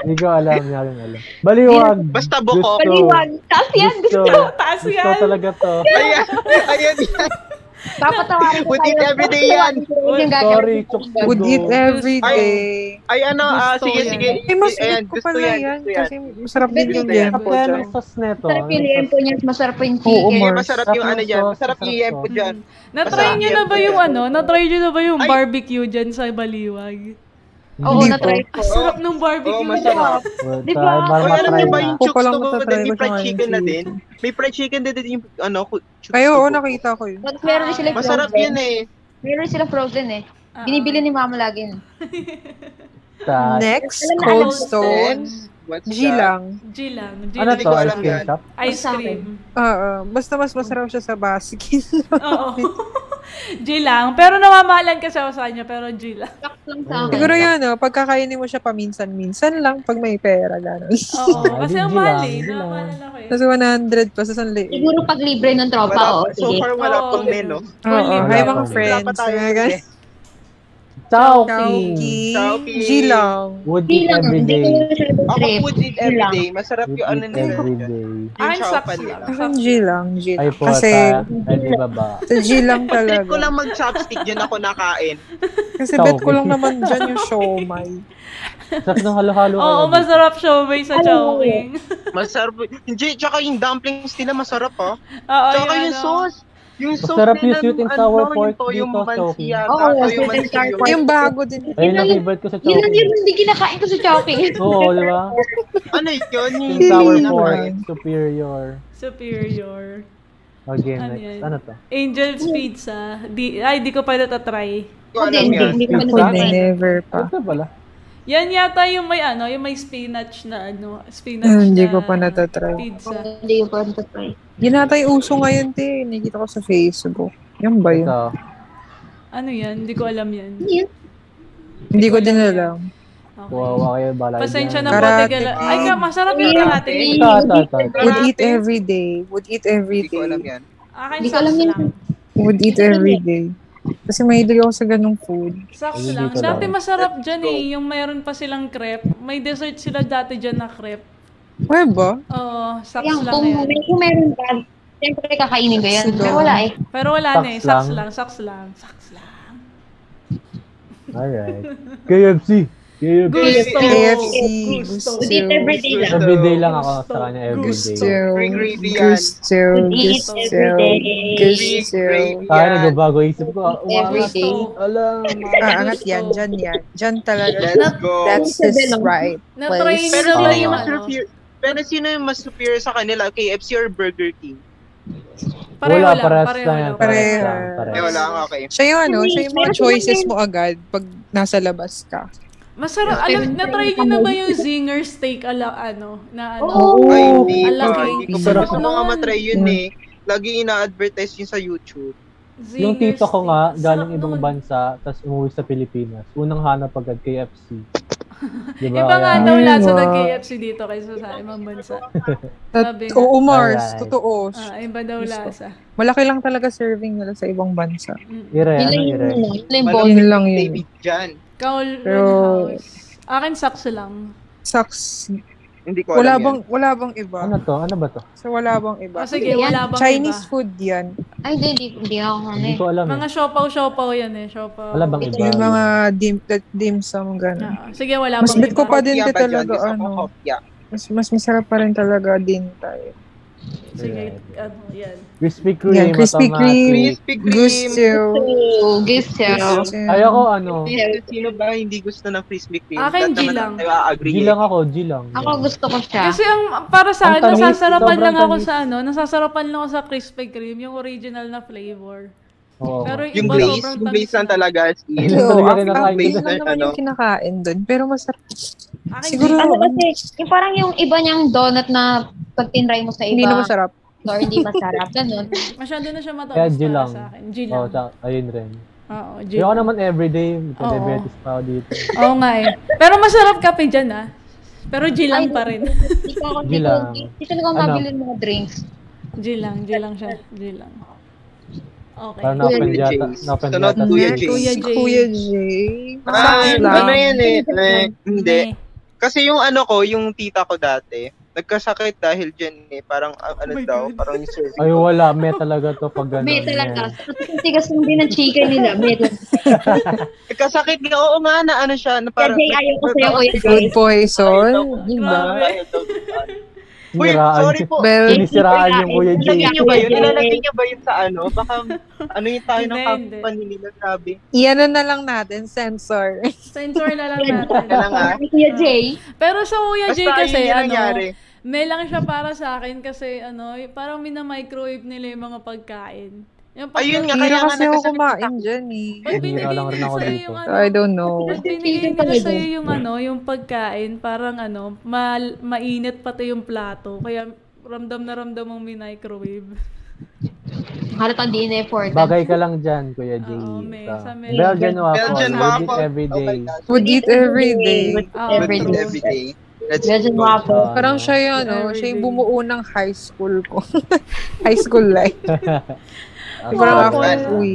Hindi ko alam, hindi ko alam. Baliwag! Basta buko. Gusto. Paliwan. Taas yan. Gusto. Taas Gusto yan. talaga to. Ayan, ayan yan. Papatawarin ko Would eat everyday yan. Yung gagawin Sorry, ko. chok to Would go. eat every Ay. day. Ay, ano, ah, Gusto sige, yan. sige. Eh, mas Ayan, bet ko pala yan. gusto Kasi masarap din yung Gusto yan. yempo Kaya dyan. anong sauce neto? Masarap yung liempo niya. Masarap yung Oo, chicken. Mars. Kaya masarap yung ano dyan. Masarap yung yempo dyan. Natry Masarap nyo yan na ba po yung yan. ano? Natry nyo na ba yung Ay. barbecue dyan sa Baliwag? Oo, Hindi na-try ko. Ang sarap ng barbecue Oo, Oh, masarap. nila. Di Di ba? ba? Ay, Oh, alam matry niyo ba na. yung Ko chooks pala to go matatry din, ko may fried siya chicken na ngayon. din. May fried chicken din din yung ano, ko- chooks Ay, oo, to go. nakita ko Ah, yun. Tapos meron din sila frozen. Masarap yun eh. Meron sila frozen eh. Ah. Binibili ni mama lagi yun. Sa- Next, Ano Alam na, Cold alam ko. Stone. What's G that? lang. G lang. G Ano lang. Hindi to? ko Ice alam cream yan. shop? Ice Sa akin. cream. Oo. Basta mas masarap siya sa basket. Oo. G lang. Pero namamahalan kasi ako sa kanya, pero G lang. Facts lang sa akin. Siguro yun, no? Pagkakainin mo siya paminsan-minsan lang pag may pera, gano'n. Oo. kasi G ang mahal lang, eh. G lang. Namamahalan ako eh. Tapos 100 pa sa sanli. Siguro pag libre ng tropa, Wala- oo, so sige. far, wala Oo, Oh. pang ganun. menu. Oo, Wala hi pa. mga friends. Wala pa tayo. Mga guys. Chowking! Chowking. Chowking. G lang. Would Hindi eat lang, every hindi ko day. masyadong Ako trip. would eat every Lang. day. Masarap Would yung ano eat nila. every day. Yung Ang chowpan saps nila. lang. Parang G lang, G Ay lang. po, ah, Kasi... Kasi, Ay, baba. sa G lang Trip ko talaga. lang mag-chopstick, yun ako nakain. Kasi bet ko Chowking. lang naman dyan yung showmay. Sarap ng halo-halo. Oo, kaya. masarap showmay sa Chowking. eh. Masarap. Hindi, tsaka yung dumplings nila masarap ah. Oo, tsaka yun, yung oh. sauce. Yung sauce Masarap yung nila, sweet and ano, sour yung pork toyo dito, mansi Chowking. yata, Oo, toyo sweet and mansi sour yun. pork. Yung bago din. Ayun ang yun- favorite ko sa Yun lang yun, Chowking. hindi kinakain ko sa Chowking. Oo, di ba? Ano yun? Yung Yung sour Yun pork, naman. superior. Superior. Okay, Ano next. yan? Ano to? Angel's Pizza. Di, ay, di ko pa natatry. Hindi ko alam Hindi, yun. hindi ko Pizza? masyadong Hindi, trip. never pa. Ito pala. Yan yata yung may ano, yung may spinach na ano, spinach Ah, hindi na ko pa natatry. Pizza. Hindi ko eh. pa natatry. Yun ata yung uso ngayon, te. Nakikita ko sa Facebook. Yan ba yun? Ito. Ano yan? Hindi ko alam yan. Yun. Hindi ko din alam. Okay. Wawa kayo, bala. Pasensya na po, Karate tigala. kid. Ay, ka, masarap yung karate kid. Ito, ito, ito. ito. Would eat every day. Would eat every Hindi ko alam day. yan. Akin, Hindi ko socks alam yun. lang. Would eat every day. Kasi mahilig ako sa ganung food. Socks Hindi lang. ko alam. Dati masarap dyan go. eh. Yung mayroon pa silang crepe. May dessert sila dati dyan na crepe. Wala ba? Oo, socks Yan, lang kung, yan. may- kung meron ka, siyempre kakainin ko yan. Sige. Pero wala eh. Pero wala na eh. Socks Socks lang. lang, socks lang, socks lang. Alright. KFC. KFC. Gusto! KFC. Gusto! Would eat every day lang. Everyday lang ako sa kanya, everyday. Gusto. Gusto. Free gravy yan. Gusto. Would eat Gusto. every day. Free Gusto. gravy Kaya yan. nagbabago isip ko. ah, Umangat. Everyday. Alam. Aangat yan. Dyan yan. Dyan talaga. Let's go. That's his right Na-try place. niyo Pero na ba sino Oo. yung yung mas ano? superior? Pero sino yung mas superior sa kanila? KFC or Burger King? Pareho Wala, lang, parehas pareho lang yan, lang. parehas Pareho. lang, parehas. Ay, Eh, wala kang okay. Siya yung ano, Hindi, siya yung mga meron choices naman. mo agad pag nasa labas ka. Masarap. Alam, na-try niyo na ba yung zinger steak ala ano? Na ano? Oo. Oh, Ay, hindi Alam pa. ko yung Hindi ko sarap pa gusto nun. mga matry yun Mm. eh. Lagi ina-advertise yun sa YouTube. Zinger Yung tito ko nga, steak. galing Sarap ibang nun. bansa, tapos umuwi sa Pilipinas. Unang hanap agad, KFC. Diba? Iba nga Ayan. daw Ay, lasa wow. ng KFC dito kaysa sa ibang bansa. Tat- Sabi nga. Oo, Mars. Alright. Totoo. Ah, iba daw Gusto. lasa. Malaki lang talaga serving nila sa ibang bansa. Mm. Ire, Yun ano lang yun. ire? ano, Yun lang yung Malaki bonus. Yun lang yun. David Jan. Kaul Pero- House. Akin sakso lang. Sucks. Hindi ko Wala alam bang, yan. wala bang iba? Ano to? Ano ba to? So, wala bang O iba? Ah, sige, Ano yan? wala bang Chinese iba? food yan. Ay, hindi, hindi, hindi ako ano Hindi eh. ko alam Mga eh. siopaw-siopaw yan eh. Siopaw. Wala bang iba? Yung mga dim, dim sum, gano'n. Ah, sige, wala Mas bang bet ko iba? pa din te Hopya ba dyan? talaga, Gusto ko ano. hopya. Mas, mas masarap pa rin talaga din tayo. Sige, ano, yan. Crispy Kreme. Yan, Krispy automatic. Kreme. Krispy Kreme. Gusto. So, gift sale. Gusto. Ayoko ano. Sino- Sino ba hindi gusto ng Krispy Kreme? Akin, Lahat G naman lang. tayo G a-agree eh. lang ako, G lang. Ako gusto ko Ah. siya. Kasi ang para sa akin, Ang tamis, nasasarapan sobrang lang ako tamis. sa ano, nasasarapan lang ako sa Krispy Kreme, yung original na flavor. Oo. Pero yung, Yung iba glaze, sobrang yung tamis glaze lang na. talaga. as in. Ayun, Hello, talaga ang kinakain ang- ko lang doon, naman ano. yung kinakain doon. Pero masarap. Diba? Akin, Siguro, ano kasi, yung parang yung iba niyang donut na pag tinry mo sa iba, hindi na masarap. or hindi masarap. Ganun. masyado na siya matamis Kaya G para lang. sa akin. G lang. Oo, tsaka- ayun rin. Oo, G Ayoko lang. naman everyday. May Oo. diabetes pa ako dito. Oo nga eh. Pero masarap kape dyan ah. Pero G lang pa rin. Hindi ko ako, hindi ko, Bilang. hindi talaga ako Ano? mabili ng mga drinks. G lang, G lang siya. G lang. Okay. Eh, Parang na-open Kuya yata. James. Na-open Sunod, yata. Kuya Yes, James. Mm-hmm. Kuya James. Kuya J. Ah, Sucks lang. ano yan eh? eh, Hindi. Meh. Kasi yung ano ko, yung tita ko dati, nagkasakit dahil dyan eh. Parang ah, ano Oh my daw, God. parang yung serving. Ay, wala. May talaga to pag gano'n. May talaga. Kasi tigas lang din ang chicken nila. May talaga. Nagkasakit nga, oo nga na ano siya. Kaya Na parang, Jay, ayaw ko sa'yo, Kuya Jay. Food poison. Diba? Ayaw daw. Uy, Siniraan. sorry po. Well, Sinisiraan yung Kuya J. Nilalagay niyo ba yun? Nilalagay niyo ba yun sa ano? Baka ano yung tayo ng Hindi, hindi. company nila, sabi. iyan na na lang natin, sensor. Sensor na lang Kaya lang natin. ah. Kuya Jay. Pero sa Kuya J Basta ayun kasi, yung ano, nangyari. may lang siya para sa akin kasi, ano, y- parang minamicrowave nila yung mga pagkain. Yung pag- Ayun nga, Hindi na kaya nga kasi ako nagsasalita. kumain dyan eh. Pag Hindi, binigay alam ko rin nila ako sa'yo dito. yung So, ano, I don't know. pag binigay nila sa'yo yung ano, yung pagkain, parang ano, mal, mainit pati yung plato. Kaya ramdam na ramdam ang may microwave. Halata di in-effort. Bagay ka lang dyan, Kuya J. Oo, Ah, oh, may- Ito. sa may- Belgian waffle. Belgian Legit waffle. every Oh my day. God. Would eat every day. Oh. Ah, Every, Every day. every day. Let's Belgian go. waffle. Ah, Parang siya yung ano, Every siya yung day. bumuo ng high school ko. high school life. Ah, Parang Waffle. after uwi.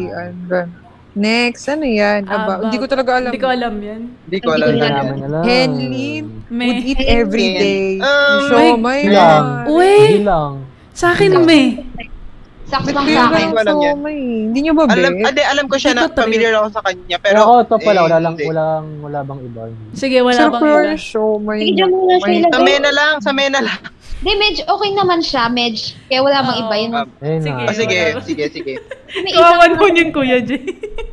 Next, ano yan? Aba. Aba, hindi ko talaga alam. Hindi ko alam eh. yan. Hindi ko alam Hindi na Hindi namin alam. Henley would May. eat every Henley. day. Oh so, my my God. God. Hindi Uy! lang. Sa akin, may. Sakto lang Hindi sa ko akin. alam Hindi ko alam so, yan. may. Hindi nyo ba, Alam, babe? ade, alam ko siya na Dito tayo. familiar ako sa kanya. Pero Pero, ako to pala, eh, wala lang, hindi. wala, wala bang iba. Sige, wala Sa bang iba. first show, may. Sige, dyan muna siya may- ilagay. Sa mena lang, sa mena lang. Hindi, medyo okay naman siya, medj. Kaya wala bang Oo. iba yun. Ayun Sige. na. Ah, sige, wala. sige, sige. May Kawawan isang- ano, po niyan, Kuya J.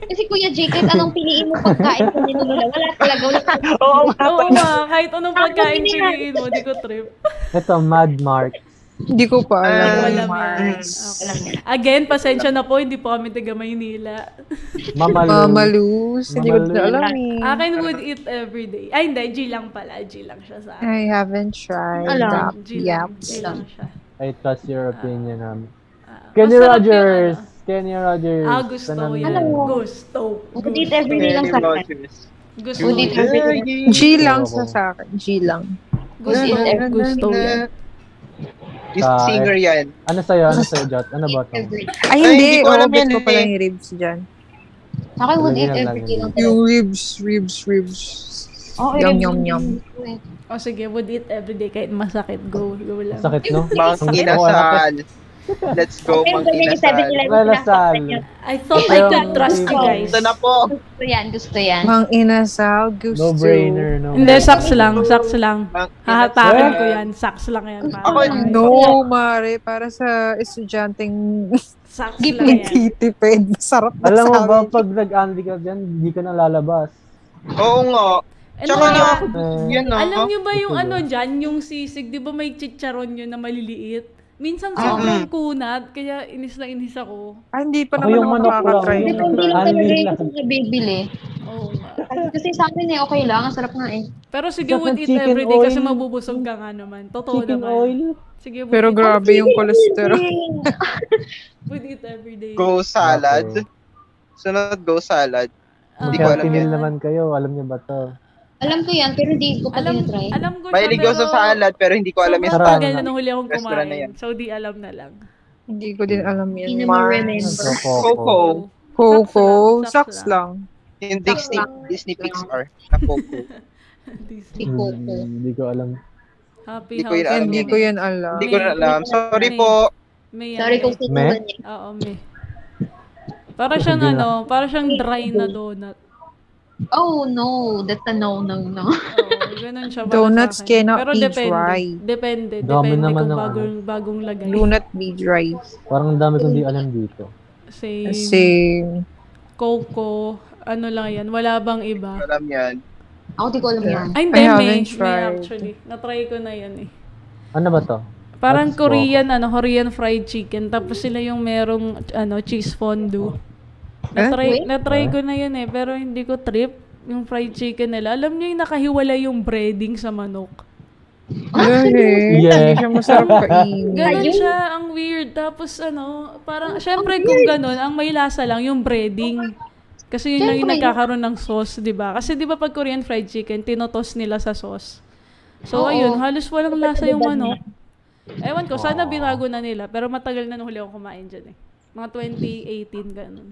Kasi Kuya Jacob, anong piliin mo pagkain sa menu nila? Wala talaga. Wala talaga. Oo nga. Oo nga, kahit anong Ako pagkain din yan. piliin mo, di ko trip. Ito, Mad Mark. Hindi ko pa alam. Ah, Wala yan. Mars. Okay. Again, pasensya na po, hindi po kami taga Maynila. Mamalu. Mamalus. Ah, Hindi ko Mamalus. na alam eh. Akin would eat every day. Ay, hindi, G lang pala. G lang siya sa akin. I haven't tried Alam. that G lang, yet. G lang siya. I trust your opinion namin. Ah, Kenny masarap Rogers! yung Kenny Rogers! ano. Ah, gusto Tanan ko yan. yan. Alam mo. Gusto. Would eat every day lang sa akin. Gusto. Would eat every day. G lang Oo. sa sa akin. G lang. Gusto. every- Gusto yan. Sa- Singer yan. Ano sa'yo? Ano sa'yo, Jot? Ano ba ito? Every day. Ay, Ay, hindi. hindi ko alam Robot yan ko eh. pala yung ribs dyan. Sa akin, would Lagyan eat lang every day yun. lang. Yung ribs, ribs, ribs. Oo, Yum, every yum, day. yum. O sige, would eat every day kahit masakit. Go. Go lang. Sakit, no? Mang Sakit. inasal. Let's go, Ayun, mang ganyan yung sabi nila. inasal. Well, Lasal. I thought I could trust you guys. Ito na po. Gusto yan, gusto yan. Mang inasal, No gusto. brainer, no. Hindi, saks lang. Saks lang. Mang Hahatakin inasal. ko yan. Saks lang yan. pare. Ako, No, mare. Para sa estudyanteng Saks Give lang yan. nagtitipid. Masarap na Alam mo sa ba, amin. pag nag-andy ka dyan, hindi ka na lalabas. Oo nga. Ano Tsaka yan? na ako, Eh, yan ah. Alam niyo ba yung Ito ano dyan, yung sisig, di ba may chicharon yun na maliliit? Minsan Ah. sobrang kunat, kaya inis na inis ako. Ah, hindi pa Ako naman yung ako manok lang. nakakatry. Depende lang talaga Unli yung lang. kung nabibili. Oo nga. Kasi sa akin eh, okay lang. Ang sarap nga eh. Pero sige, Saka would eat chicken everyday kasi oil. mabubusog ka nga naman. Totoo Chicken naman. oil. Sige, would, Pero eat, grabe yung cholesterol. would eat everyday. Go salad. Okay. Sunod, go salad. Ah, Hindi ko alam Healthy yan. meal naman kayo. Alam niyo ba to? Alam ko yan, pero hindi ko pa Alam, tinatry. alam ko Mahilig ako Ano? sa salad, pero hindi ko alam yung Sobrang Sarap. tagal na salad. nung huli akong Restaurant na yan. kumain. So, di alam na lang. Hindi ko din alam Hindi yan. na Mar. ma-remember. Ano, Coco. Coco. Coco. Saks Saks lang. Yung Disney, Disney Pixar na Coco. Si Coco. Mm, Hindi ko alam. Happy Hindi ko house. yun alam Hindi yan ko yan alam. Hindi ko na alam. Sorry May- po. May Sorry ano. kung sino Me? ba niya. Oo, may. Para siyang Hindi na. ano, para siyang dry na donut. Oh no, that's a no, no, no. Oo, ganun siya para Donuts sa akin. cannot Pero be depende, dry. Depende, Dami depende naman kung ng ano. bagong, bagong lagay. Do not be dry. Parang ang dami kong di alam dito. Same. Kasi, Coco, ano lang yan, wala bang iba? Alam yan. Ako di ko alam yan. Ay, hindi, I may, haven't may tried. actually. Natry ko na yan eh. Ano ba to? Parang That's Korean, ano, Korean fried chicken. Tapos sila yung merong, ano, cheese fondue. Natry, Wait. natry ko na yan eh, pero hindi ko trip yung fried chicken nila. Alam niyo yung nakahiwalay yung breading sa manok. Grabe. Yeah. Hindi siya masarap kainin. Ganun Ayun. siya, ang weird. Tapos ano, parang, syempre kung ganun, ang may lasa lang yung breading. Kasi yun lang yung Syempre. nagkakaroon ng sauce, di ba? Kasi di ba pag Korean fried chicken, tinotos nila sa sauce. So Oo. ayun, halos walang lasa yung manok. Ewan ko, sana binago na nila. Pero matagal na nung huli akong kumain dyan eh. Mga 2018, ganun.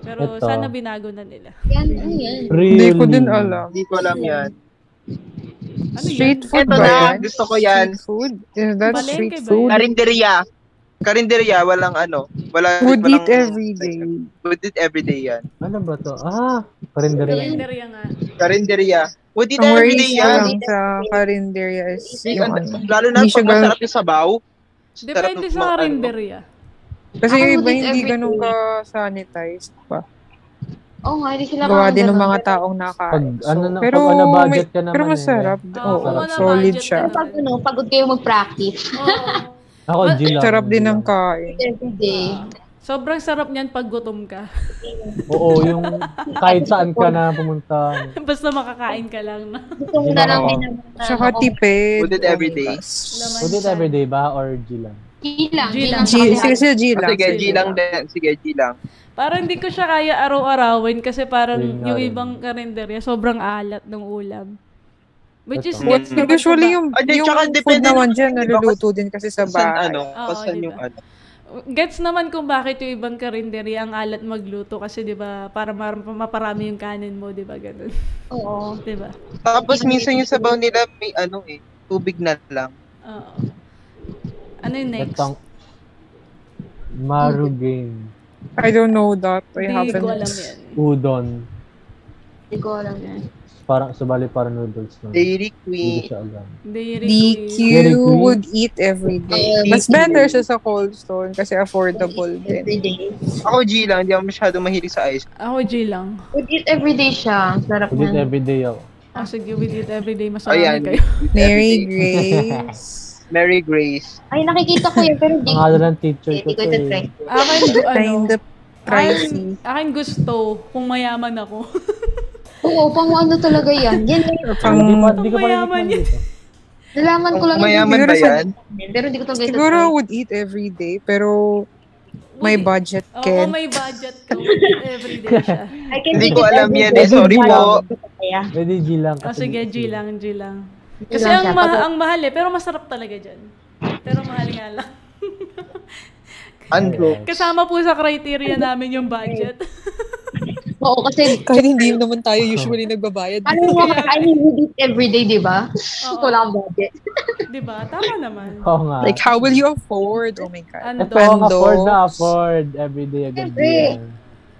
Pero Ito. sana binago na nila. Yan, ano yan? Really? Hindi ko din alam. Hindi ko alam yan. Ano Street food Ito ba na, yan? gusto ko yan. Street food? Is that Palengke street ba food? yan? Karinderya. Karinderya, walang ano. Wala, Would walang, eat every day. Would eat every day yan. Ano ba to? Ah! Karinderya. Kalendarya nga. Karinderya. Would eat Ang every worries day na yan. lang sa karinderya is yung ano. Lalo na Hindi siya pag masarap yung sabaw. Depende Sarap ng mga- sa karinderya. Kasi yung Ako iba would eat hindi every ganun day. ka-sanitized pa. Oo Oh, nga, hindi sila Gawa din ano ng ganun. mga taong nakain. Pag, ano, na, Pero, pag may, budget ka naman pero masarap. Eh. Oo, Oo, kung ano solid budget siya. ka Pag ano, pagod kayo mag-practice Oo. Ako, G lang. Sarap din G lang. ng kain. every day. Sobrang sarap niyan pag gutom ka. Oo, yung kahit saan ka na pumunta. Basta makakain ka lang. Na. Gusto ko na lang din ano, naman na Tsaka ako- tipid. Food it every day. Laman Was it siya. everyday ba or G lang? G lang. G G lang. lang. G, sige, sige, G Ah, lang. sige, G lang din. Sige, G lang. Parang hindi ko siya kaya araw-arawin kasi parang Yun nga yung rin. ibang karinderya sobrang alat ng ulam. Which is Totoo. gets naman Usually ko yung, Ah, di, yung tsaka food depende naman naman dyan, yun, di ba? naluluto din kasi sa Saan baaan. ano? Oo, Kasan diba? yung ano? ba- gets naman kung bakit yung ibang karinderya ang alat magluto kasi 'di ba para mar- maparami yung kanin mo 'di ba ganun. Oo. 'Di ba? Tapos minsan yung sabaw nila may ano eh, tubig na lang. Oo. Ano yung next? Nagtang... Maru game. I don't know that. I Hindi haven't. ko alam yan. Udon. Hindi ko alam yan. Parang, sabali parang noodles na. Hindi Dairy ko Queen. siya alam. Dairy DQ Queen. Very cool. would eat every day. Yeah, Mas DQ. better siya sa Cold Stone kasi affordable din. Every day. Ako G lang, hindi ako masyado mahilig sa ice. Ako Ah, G lang. Would eat every day siya. Sarap Ulit na. everyday ako. Ah, sige, we did everyday. Ayan. Masarami kayo. Mary Grace. Mary Grace. Ay, nakikita ko yun, pero hindi Ang ko, ala ng teacher hindi ko ko to ito try. eh. Akin, ano, Kind of pricey. akin, akin gusto kung mayaman ako. Oo, pang ano talaga yan. Yan, yan. Pang, Hindi pa, hindi ko pa Mayaman natikman dito. nalaman ko lang Kung yun. mayaman Siguro ba sa- yan? Pero hindi ko talaga ito siguro I try. would eat every day pero may Uy, budget Oo, Ken. may budget ko. Everyday siya. I can Hindi take ko it alam every yan day. eh, sorry po. Kaya, Pwede G lang. Ah, O kasi- Oh, sige, G lang, G lang. G Kasi lang ang, siya, ma- tapos- ang mahal eh, pero masarap talaga dyan. Pero mahal nga lang. Ano? Kasama po sa criteria namin yung budget. Oo, kasi Kahit hindi naman tayo usually nagbabayad. ano mo, I mean, would eat every day, di ba? Oo. Wala akong budget. Di ba? Diba? Tama naman. Oo nga. Like how will you afford? Oh my god. At Ano, pwede kang afford na Pandos. afford everyday agad Siyempre. yan.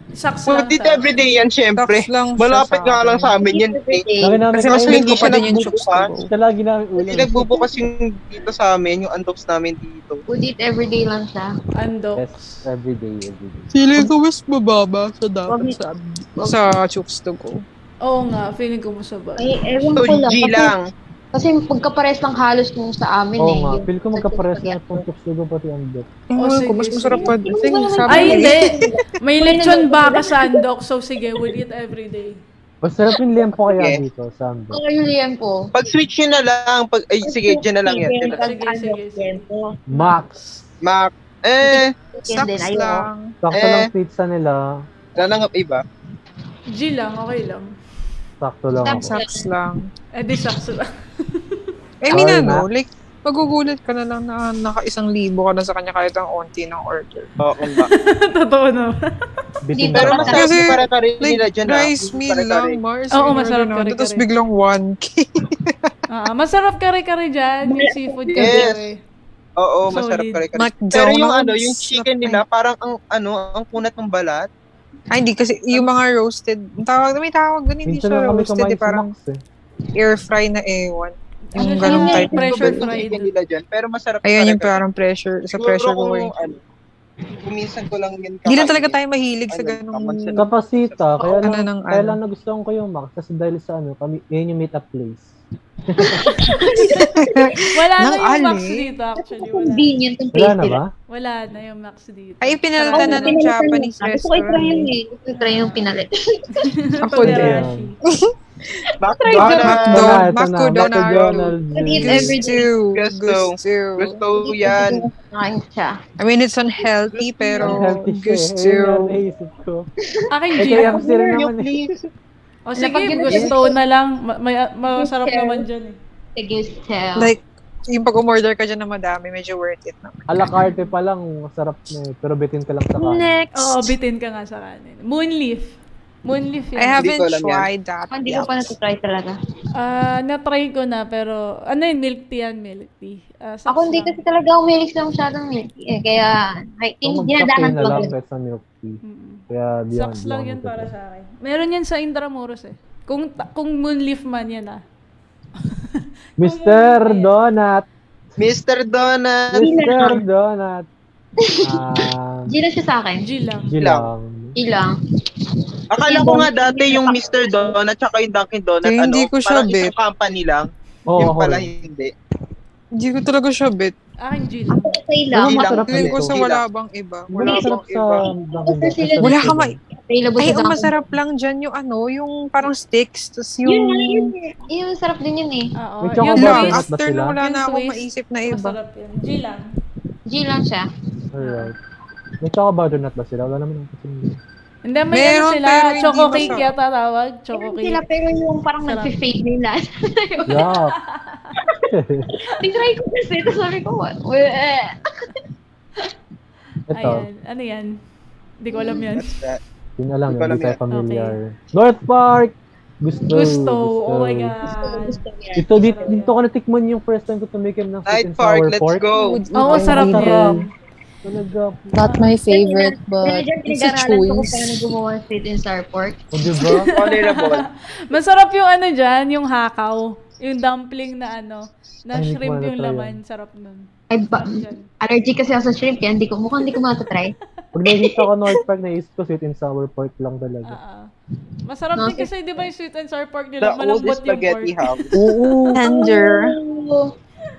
saks So, lang dito tayo. everyday yan, syempre. Stocks lang siya Malapit sa nga lang sa amin yan. Every eh. day. Lagi namin Kasi kasi mas Kasi hindi ko pa siya din yung chokes to nagbubukas. go. lagi namin ulam. Hindi nagbubukas yung dito sa amin, yung andoks namin dito. Would eat every day lang siya. Andok. Yes, everyday, everyday. Feeling ko mas mababa sa Wag- dapat sa, wag- sa chokes to go. Oo nga, feeling ko masabay. Ay, ewan So, ko lang. G Kasi- lang. Kasi magkapares lang halos nung sa amin Oo eh. nga, Yung- feel ko sa magkapares na spaghetti. itong tukslugo pati ang dok. Oh, sige, mas sige. masarap pa din. Sabi Ay, niya, hindi. May lechon ba ka sa andok? So sige, we'll eat everyday. Masarap yung lempo kaya Sige. dito sa Andok. Oo, yun yan po. Pag switch yun na lang, pag, ay, sige, dyan na lang yan. dyan na lang. Pag ano, Sige, sige, sige. ganito. Max! Mac, eh, Yun din, Stocks ayoko. lang. Sakto Eh. lang pizza nila. nanangap iba. G lang, okay lang. Sakto lang Stop, ako. stop. Stocks lang. Eh di saks lang. I mean, Sorry, ano, like, magugulat ka na lang na naka isang libo ka na sa kanya kahit ang onti ng order. Oo nga. Totoo naman. Bitin Pero Pero na. masarap Kasi, yung para ka rin Like, nila dyan. ah. rice Yung meal para ka lang, rin. Mars. Oo, meal, masarap ganun. kare-kare. Tapos biglang 1K. Ah, masarap kare-kare dyan, yung seafood Yes. kare-kare. Oo, Solid. masarap ka rin. McDonald's. Pero yung ano, yung chicken nila, parang ang ano, ang kunat ng balat. Ay, hindi kasi yung mga roasted, ang tawag may tawag doon, hindi Minsan siya lang kami roasted, kumain eh, sa parang Max eh. air fry na ewan. Ano Yung siya, ganung yung type. Pressure Yung fried. chicken nila dyan, pero masarap Ayun, yung kare-kare. parang pressure, sa Siguro pressure kung cooker. ano, kung minsan ko lang yun Hindi lang talaga kakainin. tayo mahilig sa Ano, ganung kapansin- Kapasita, Oo, kaya ano lang, ng kaya ano. lang nagustuhan ko yung Max. Kasi dahil sa ano, kami, yun yung meet-up place. Wala na Nang yung Max ali. dito actually. Wala, Convenient yung place Wala na nila. ba? wala na yung Max dito. Ay, Oo, pinalitan na ng pinalitan Japanese yun. Gusto ko i-try yun restaurant. eh. Gusto ko i-try yung pinalit. Ako din. Togarashi. Ito na, Don- ito na. McDonald's. McDonald's. Don't eat Yes. every- Gusto. Gusto. Gusto. Gusto yan. Nakain siya. I mean, it's unhealthy, pero Healthy siya. eh. Yun ang gusto. naisip ko. Akin Eh, G. kaya kasi rin naman Yung eh. please. O sige, Napag- gusto na lang. Ma- may, masarap Yes, sir. naman dyan eh. Sige, Stel. ah. Like, yung pag-umorder ka dyan na madami, medyo worth it naman. A la carte pa lang, masarap na eh. Pero bitin ka lang sa kanin. Next! Oo, bitin ka nga sa kanin. Moonleaf. Moonleaf yun. I haven't ko alam yan. tried that Hindi ko yet. pa natutry talaga. Ah, na-try ko na pero ano yun, milk tea yan, milk tea. Ah, saks Ako hindi lang. kasi talaga umilig sa masyadong milk. Eh, kaya, ay, So, dinadahan magkape ko na lang lang. kahit sa milk tea. Mm-mm. Kaya beyond. Saks lang beyond yun ito. para sa akin. Meron yan sa Intramuros eh. Kung ta- kung Moonleaf man yan ah. Mr. Donut! Mr. Donut. Mr. Donut! Ah, G lang siya sa akin. G lang. G lang. G lang. Akala ko nga dati yung Mr. Donut tsaka yung Dunkin' Donut, Hindi ano, ko siya parang bet. isang company lang. Oo, yung ako pala rin. hindi. Hindi ko talaga siya bet. Akin, Jill. Ako okay lang. Ang Hindi masarap Feeling ko nito. sa wala bang iba. Wala Hindi, bang masarap sa... iba. Basta sila Wala ka eh. ma- Available Ay, sa ang masarap lang dyan yung ano, yung parang sticks, tapos yung... Yun, yun, yun. Yun, masarap din yun eh. Ah, Oo. May chocolate Yung ba? lang, Masarap twist, ba after sila? na wala Yung na akong twist, maisip na iba. masarap yun. Jill lang. G lang siya. Alright. May choco butter nut ba sila? Wala naman ako sila. Hindi, may Meron, ano sila. pero hindi Choco masarap. cake yata tawag. Choco Meron sila, cake. pero yung parang Sarap. nag-fade na yung lasa. Yuck! Tinry ko kasi, tapos sabi ko, what? Well, eh. Ah. Ito, Ayan. Ano yan? Hindi ko alam yan. That's that. yun alam yun, Hindi ko hindi alam tayo familiar. North Park! Gusto! Gusto. Oh my Gusto ko, God. gusto ko yan. Ito, dito, dito ko natikman yung first time ko tumikim ng sweet Night and Park, sour let's pork. go. Oo, sarap yan. Talaga. Not my favorite, but Talagang it's a pinag-aralan ko kung paano choice. gumawa ng sweet and sour pork. O, diba? Tolerable. Masarap yung ano dyan, yung hakaw. Yung dumpling na ano, na Ay, hindi ko shrimp yung malatry laman. Sarap nun. Ay, ba- Sarap dyan. allergic kasi ako sa shrimp, kaya hindi ko, mukhang hindi ko matatry. Pag nakikita ko North Park, naisip ko sweet and sour pork lang talaga. Oo. Ah, Masarap din Okay. kasi di ba yung sweet and sour pork The nila, oldest malambot yung spaghetti pork. house. Oo! Tender. Oo.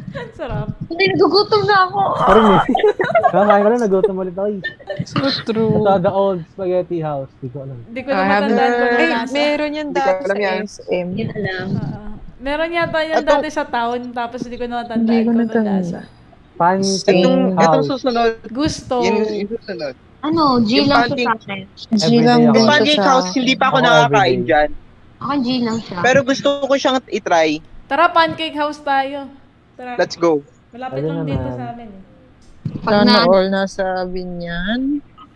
Ang sarap. Hindi, nagugutom na ako. Parang eh. Kakain ko na, nagutom ulit ako. eh. So true. Ito, the old spaghetti house. Di ko alam. Hindi ko na I have matandaan ko na Ay, lasa. meron yan Hindi ko dati alam sa yan. SM. Hindi na alam. Oo. Meron yata yan Atong- dati sa town, tapos hindi ko na Hindi matandaan ko ko na natandaan. lasa. Pancake Itong, itong house. susunod, Gusto. yun yung susunod. Ano, G Yung lang siya pancake- sa akin. Everyday G lang ako. din Yung Ganito pancake siya sa... house, hindi pa ako Oo, nakakain everyday. dyan. Ako G lang siya. Pero gusto ko siyang itry. Tara, pancake house tayo. Tara. Let's go. Malapit Ayun lang na, dito ma'am. sa amin. eh. Pag Sana na, all nasa Binyan.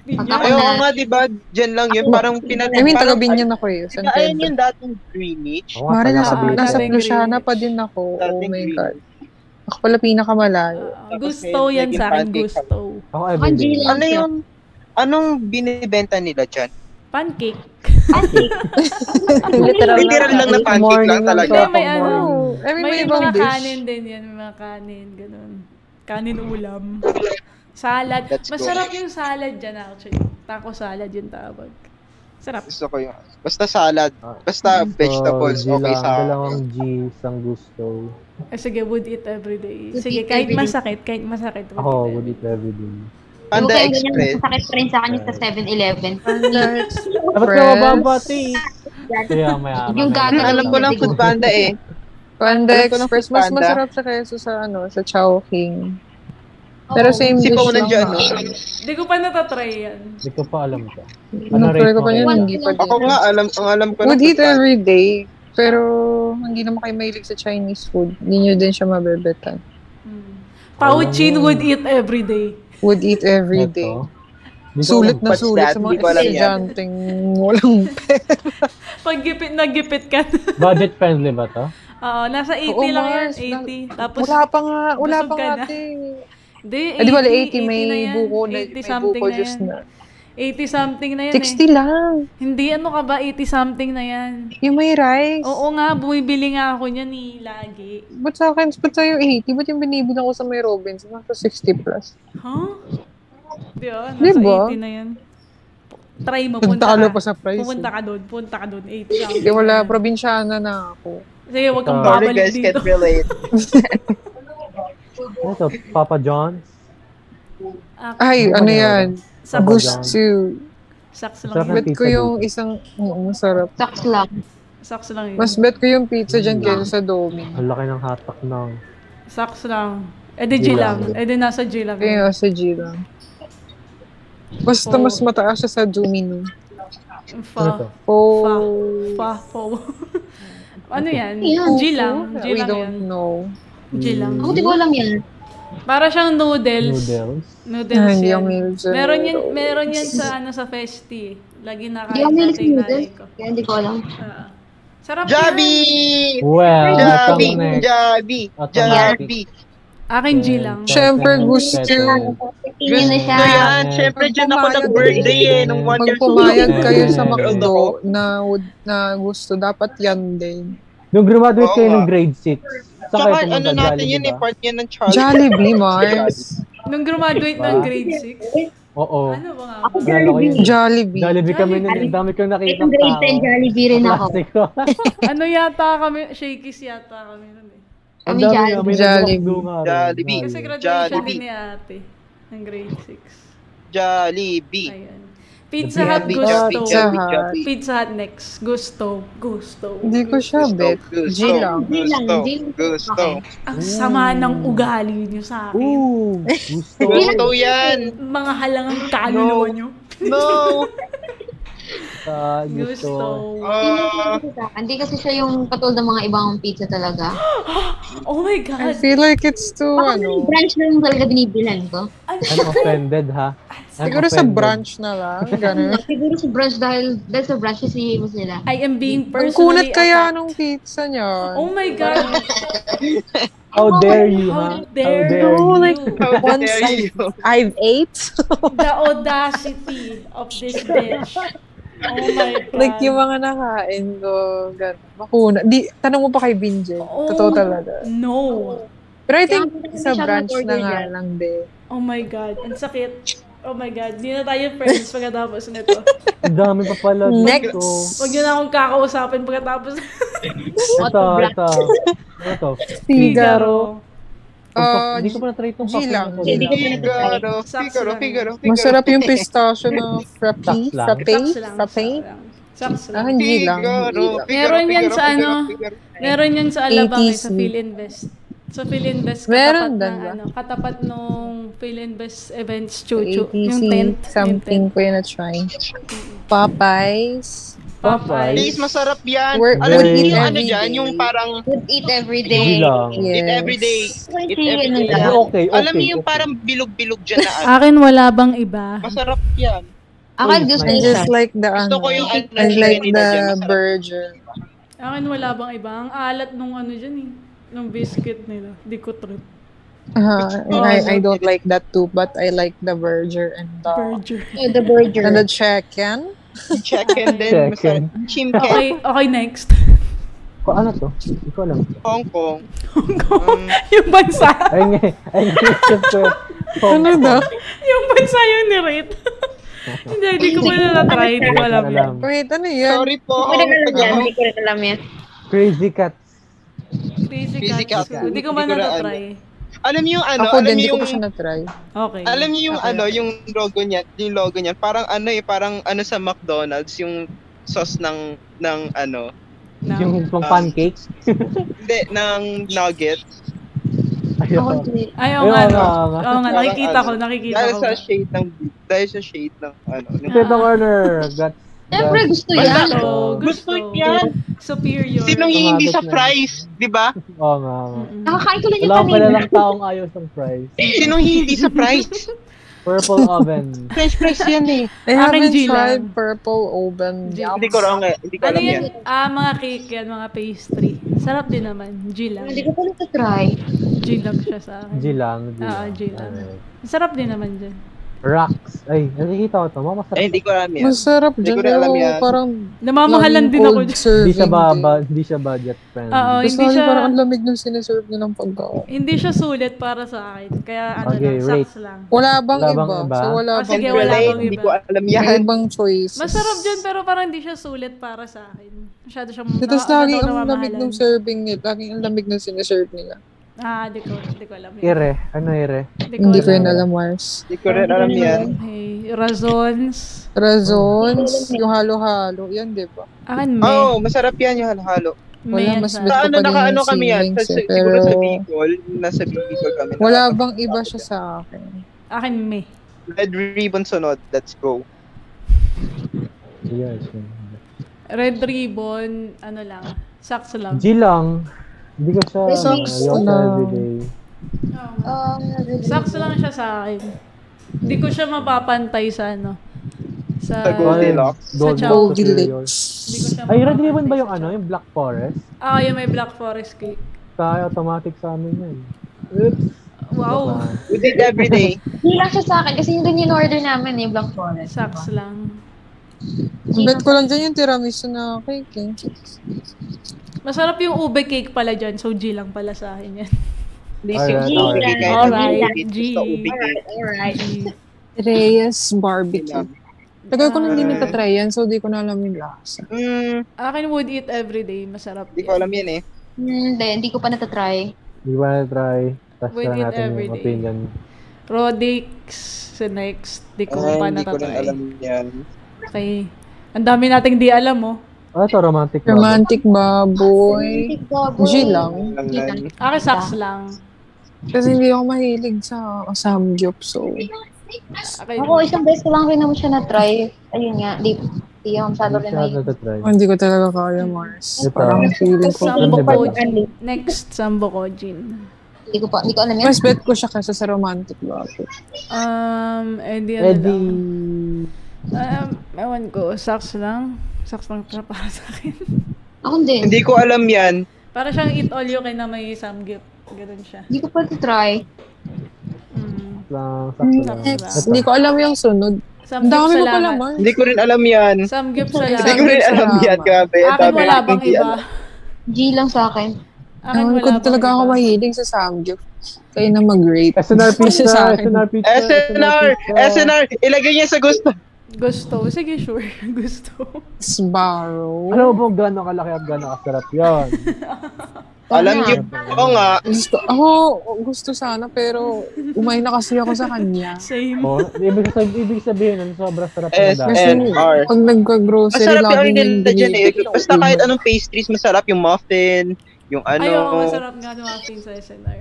Video. Ako Ay, oo na. nga, diba? Dyan lang yun. Parang pinag... I mean, taga parang- Binyan ako eh. San Diba, ayun Pedro. yung dating Greenwich? Ako nga Parang pala nasa, kabila. nasa Dating Plusiana Greenwich. pa din ako. Oh Dating my Greenwich. God. Ako pala pinakamalayo. Oo. Uh, gusto yan Naging sa akin, pancake house. gusto. Ako Ako G everyday. lang Ano siya. yung... Anong binibenta nila dyan? Pancake. Literal Literal lang na pancake lang talaga. Hindi, may ano. Oh, I mean, may May ibang mga dish. kanin din yan, may mga kanin, ganun. Kanin ulam. Salad. Let's go. Masarap yung salad dyan actually. Taco salad yung tawag. Sarap. Gusto ko yun. Basta salad. Ah. Basta vegetables. So, G Okay lang. sa akin. Dalawang G, isang gusto. Eh, sige, would eat every day. Would Sige, eat kahit every day. masakit, kahit masakit. Ako, would would eat eat everyday. Panda Okay, ganyan, Express. Masakit pa rin sa akin yung sa 7-Eleven. Dapat ka mababa, te. Kaya ano, maya. Yung maya. gagawin. Hmm, alam ko lang food panda eh. Panda Alam ko ng Express, mas Panda. masarap siya kaysa sa ano, sa Chowking. Pero same Si dish Pao lang. nandiyan. No? Hindi ko pa natatry yan. Hindi ko pa alam ka. Ano Ano rate ko mo pa kaya? yun, hindi pa Ako din. nga, alam, ang alam ko Would ng eat food panda. every day. Pero hindi naman kayo mahilig sa Chinese food. Hindi nyo din siya mabebetan. Hmm. Pao Chin would eat every day. Would eat every day. Ito. Hindi ko Sulit alam. na What's sulit that? sa Hindi ko mga alam yan. estudyanteng walang Pag gipit na gipit ka. Budget friendly ba to? Oo, nasa 80 Oo, lang yan. Oh, Mars, na- 80. Tapos, Wala pa nga, wala busog pa ka nga na. ate. Hindi, 80, Eh di wala 80, na may yan. buko na, 80 may something buko na juice yan. na. 80 something na yan eh. 60 lang. Hindi, ano ka ba? 80 something na yan. Yung may rice. Oo nga, bumibili nga ako niyan ni lagi. Ba't sa akin, ba't sa'yo 80? Ba't yung binibili ko sa may Robbins? Nasa 60 plus. Huh? Di ba? Nasa Diba? 80 na yan. P- Try mo, punta Punta ka ka. lang pa sa price. eh. Pumunta ka doon, punta ka doon. 80 something. Di wala, probinsyana na ako. Sige, wag kang Ito. Sorry babalik guys, dito. can't relate. Ano to? Papa John's? Ah, Ay, ano yan? Saks, Bus- Gusto. saks Sarap lang yun. Bet ko yung isang, oo, masarap. Saks lang. Saks lang yun. Mas bet ko yung pizza dyan kaysa sa Domi. Ang laki ng hatak ng... Saks lang. Eh di G lang. Eh di nasa G lang. Kaya ah, sa G lang. Basta mas mataas siya sa Domino. Ano Fa. to? Oh, Fa. Fa. Po. ano yan? Ayun. G lang. G we lang yan. don't know. G lang. Ako di ko alam yan. Para siyang noodles. Noodles? Noodles Hindi eh. yan. ako mahilig sa Meron yan, noodles. meron yan sa ano sa festi. Lagi na Hindi ako mahilig sa natin nanay noodles. ko. Kaya hindi ko alam. Oo. Sarap Jabi! yan. Well, ito Jabi! ang next. Jabi! Automatic. Jabi! Akin G lang. Siyempre, gusto. Tingin na siya. Gusto yan! Siyempre, dyan ako Pumayag nag-birthday eh, nung one Pag year pumayag Yeah. kayo sa Yeah. McDo na, would, na gusto, dapat yan din. Nung graduate Oo kayo nga. nung grade 6, saan kayo Tsaka ano pumunta? natin Jollibee yun eh, ba? part yan ng Charlie. Jollibee, Mars. Nung graduate ng grade 6. Oo. Ano ba nga? ba? Nalala ko yun. Jollibee. Jollibee kami nun. Jollibee. Ang dami kong nakita Itong grade 10, Jollibee rin ako. Plastic ko. Ano yata kami? Shakey's yata kami nun eh. Kami Ang dami dyan. nga, may Jollibee. nagduwang-duwa nga rin. Jollibee. Kasi Hmm, Mm, graduation Jollibee. din ni ate. Ng grade 6. Jollibee. Ayun. Pizza Hut Jollibee, gusto. Jollibee, Pizza Jollibee, Hut. Jollibee. Pizza Hut next. Gusto. Gusto. Hindi ko siya, Gusto, bet. gusto, G lang. G lang, Gusto, G. gusto. Okay. Ang sama ng ugali niyo sa akin. Ooh, gusto. Gusto yan. Mga halangang kaluluwa niyo. No. Ah, gusto. Gusto. Ah, Hindi kasi siya yung katulad ng mga ibang pizza talaga. Oh my I God. feel like it's too, Baka may ano, branch na yung talaga binibilan ko. I'm offended, ha? I'm siguro sa offended. branch na lang, ganun. Siguro sa branch dahil, dahil sa branch si mo sila. I am being Ang personally kunat kaya attacked. nung pizza niya. Oh my God. Diba? How dare you, ha? How dare dare you. you. like- how One dare side. you. I've ate. The audacity of this bitch. Oh my God. like, yung mga nakain ko, ganun. Makuna. Di, tanong mo pa kay Binje. Oh, Totoo talaga. No. Pero I Kaya, think sa hindi siya branch na nag-order nga yan. lang din. Oh my God. Ang sakit. Oh my God. Hindi na tayo friends pagkatapos nito. Ang dami pa pala. dito. Next. Huwag niyo na akong kakausapin pagkatapos. Ito, ito. Ano to? Figaro. Pag- Uh, Hindi ko pa na-try itong G kape na lang. to. G Hindi ko na nag-try. Figaro, Figaro, Figaro, Figaro. Masarap yung pistachio na frappe. Saks lang. Frappe? Saks lang. Frappe? saks lang. Saks Ah, lang. hindi lang. Figaro, Hindi lang. Figaro, Meron yan Figaro, sa Figaro, ano. Figaro. Meron yan sa Alabang eh, sa 80s. PhilInvest. Sa PhilInvest, katapat Meron ng din ba? ano, katapat nung PhilInvest events, chuchu. Yung tent. ATC, something ko yun na-try. Popeyes. Please, masarap yan. We're- Alam mo, we're yung eating ano dyan, everyday. yung parang Would eat every G day. lang. It Yes. everyday. It Kasi yun everyday. lang. Ah, Okay, okay. Alam mo yung okay. parang bilog-bilog dyan na ano. Akin wala bang iba? Masarap yan. Ako gusto I ko just siya. like the Gusto ano. ko yung ano I nila like dyan. the Masarap. burger. Akin wala bang iba? Ang alat nung ano dyan eh. Nung biscuit nila. Di ko trip. Uh, and I, I don't like that too, but I like the burger and the Burger. The burger. and the chicken. Chicken din. Chicken. Masarap. Chimken. Okay, okay next. Ko, ano to? Hindi ko alam. Hong Kong. Mm. yung bansa. Ay, nga. Ay, nga. isip ko. Ano daw? Yung bansa yung nirate. Hindi, di ko pa na-try. Di ko alam yun. Wait, ano yun? Sorry po. Hindi ko rin alam yan. Hong Hindi ko rin alam yan. Crazy Cats. Crazy Crazy Katsu. Katsu. Di ko pa Di ko na- na-try. Alam niyo yung ano, Ako alam din, niyo hindi ko yung pa siya na-try. Okay. alam niyo yung Okay. ano, yung logo niya, yung logo niya, parang ano eh, parang ano sa McDonald's, yung sauce ng ng ano, Na. Yung pang pancakes. hindi ng nugget. Ako Ayun. hindi. Ay, oo Ayun, nga. ano, no. ano. Oo nga, Parang nakikita ko, ano, nakikita Dahil ko. sa shade ng dahil sa shade ng ano. ng- Fit the corner. Got, Siyempre, got- gusto yan. Gusto, gusto. Gusto yan. Superior. Sinong hindi Tomato sa na. fries, 'di ba? Oo nga. nga. Mm-mm. Ano Nakakain ko lang yung Wala pa kanina. lang taong ayaw ng fries. Sinong hindi sa fries? Purple oven. French fries 'yan eh. Akin, I haven't G lang. tried purple oven. G. Hindi ko wrong eh. Hindi ko Ano alam yan. yan? Ah, mga cake yan, mga pastry. Sarap din naman. G lang. Hindi ko pa lang try. G lang siya sa akin. G lang. G Oo, lang. G lang. Alright. Sarap din naman dyan. Rocks. Ay, nakikita ko to. Mamasarap. Eh, hindi ko alam yan. Masarap Hindi dyan. ko rin alam Pero yan. parang Namamahalan din ako dyan. Hindi siya ba, ba hindi siya budget friendly. Oo, Basta hindi siya, parang ang lamig nung siniserve nilang pagkaon. hindi siya sulit para sa akin. Kaya ano Okay, lang, rate. saks lang. Wala bang Wala bang iba? iba? So wala Ah, bang sige, Hindi iba? ko wala alam, bang Hindi iba. ko alam May yan. ibang choice. Masarap dyan, pero parang hindi siya sulit para sa akin. Masyado siyang na, ano Tapos lagi daw, ang lamig namamahalan. ng serving nila. Lagi ang lamig ng siniserve nila. Ah, di ko, di ko alam. yun. Ire. Ano ire? Di ko Hindi ko alam. yun alam, Mars. Hindi ko rin alam yan. Okay, razons. Razons, yung halo-halo. Yan, di ba? Akin, may. Oo, Oh, masarap yan yung halo-halo. may wala, yan mas sa- Hindi ko Sa pa ano, din nakaano yung kami yan. Sa, feelings eh, siguro sa pero- Bicol. Nasa Bicol kami. Wala bang iba siya sa akin? Akin, may. Red ribbon sunod. Let's go. Yes. Red ribbon, ano lang. Saks lang. G lang. Hindi ko siya Socks ayaw ko lang. everyday. Um, Sakso lang siya sa akin. Hindi ko siya mapapantay sa ano. Sa... Sa Goldilocks. Gold- Sa Gold- Goldilocks. Hindi ko siya Ay, red ribbon mapapantay ba yung sa ano? chocolate. Yung Black Forest? Ah, yung may Black Forest cake. Tayo, automatic sa amin yun. Ah. Oops. Wow. We did every day. Hindi lang siya sa akin kasi yun din yung order namin eh, Black Forest. Saks lang. Bet ko lang dyan yung tiramisu na cake eh. Masarap yung ube cake pala dyan. So, G lang pala sa akin yan. Please yung Alright, ubi alright. kahit Alright, ubi. G. Basta ubi. Alright, alright. Reyes Barbecue. Tagal ko nang hindi Ah. natatry yan, so di ko na alam yung lasa. Hmm, Akin would eat everyday. Masarap hindi ko yan. alam yan eh. Hmm, Hindi, hindi ko pa natatry. Hindi ko na try. Tapos Within lang natin every yung day. opinion. Rodix sa next. Di ko pa hindi ko rin alam natatry. yan. Okay. Ang dami nating di alam, oh. Ano to? Romantic ba? Romantic baboy. G lang. Alam G na. lang. Akin saks lang. Kasi hindi ako mahilig sa samgyup, so... Akin, Ako, isang beses ko lang rin naman siya na-try. Ayun nga, di, di ako masyado Hindi rin siya na natatry. Hindi ko talaga kaya, Mars. Ito. Parang feeling ko. Sambo Ano ba? ko. Hindi Next, Sambo ko, Jin. ko pa, hindi ko alam yun. Mas bet ko siya kaysa sa romantic baboy. Um, Eddie, ano Eddie. lang. Um, ewan ko. Saks lang. Saks lang siya para sa akin. Ako din. Hindi ko alam yan. Para siyang eat all you can na may samgyup. Ganun siya. Hindi ko pa ito-try. Mm. Lang, sakto lang. Next. Hindi ko alam yung sunod. Ang Samgyup dami sa mo pala, lahat. Mars. Hindi ko rin alam yan. Samgyup sa Hindi lahat. ko rin alam yan, grabe. Ang Akin eh, dami wala kong bang hindi iba? alam. G lang sa akin. Akin Ang wala ko bang talaga ako iba? mahilig sa samgyup. Kayo na mag-rate. SNR Kasi pizza, sa akin- SNR pizza, SNR! SNR! Ilagay niya sa gusto. Gusto. Sige, sure. Gusto. Sbarro. Alam mo bang gano'ng kalaki at gano'ng kasarap yun? Oh, Alam niyo. Oo nga. Gusto, ako gusto sana pero umay na kasi ako sa kanya. Same. Oh, ibig, sabihin, ibig sabihin, ano, sobrang sarap na dahil. Kasi SNR. pag nagka-grocery, Masarap lagi yung niyang nila dyan eh. binibili. Basta kahit anong pastries, masarap yung muffin, yung ano. Ayoko, masarap nga ng muffin sa SNR.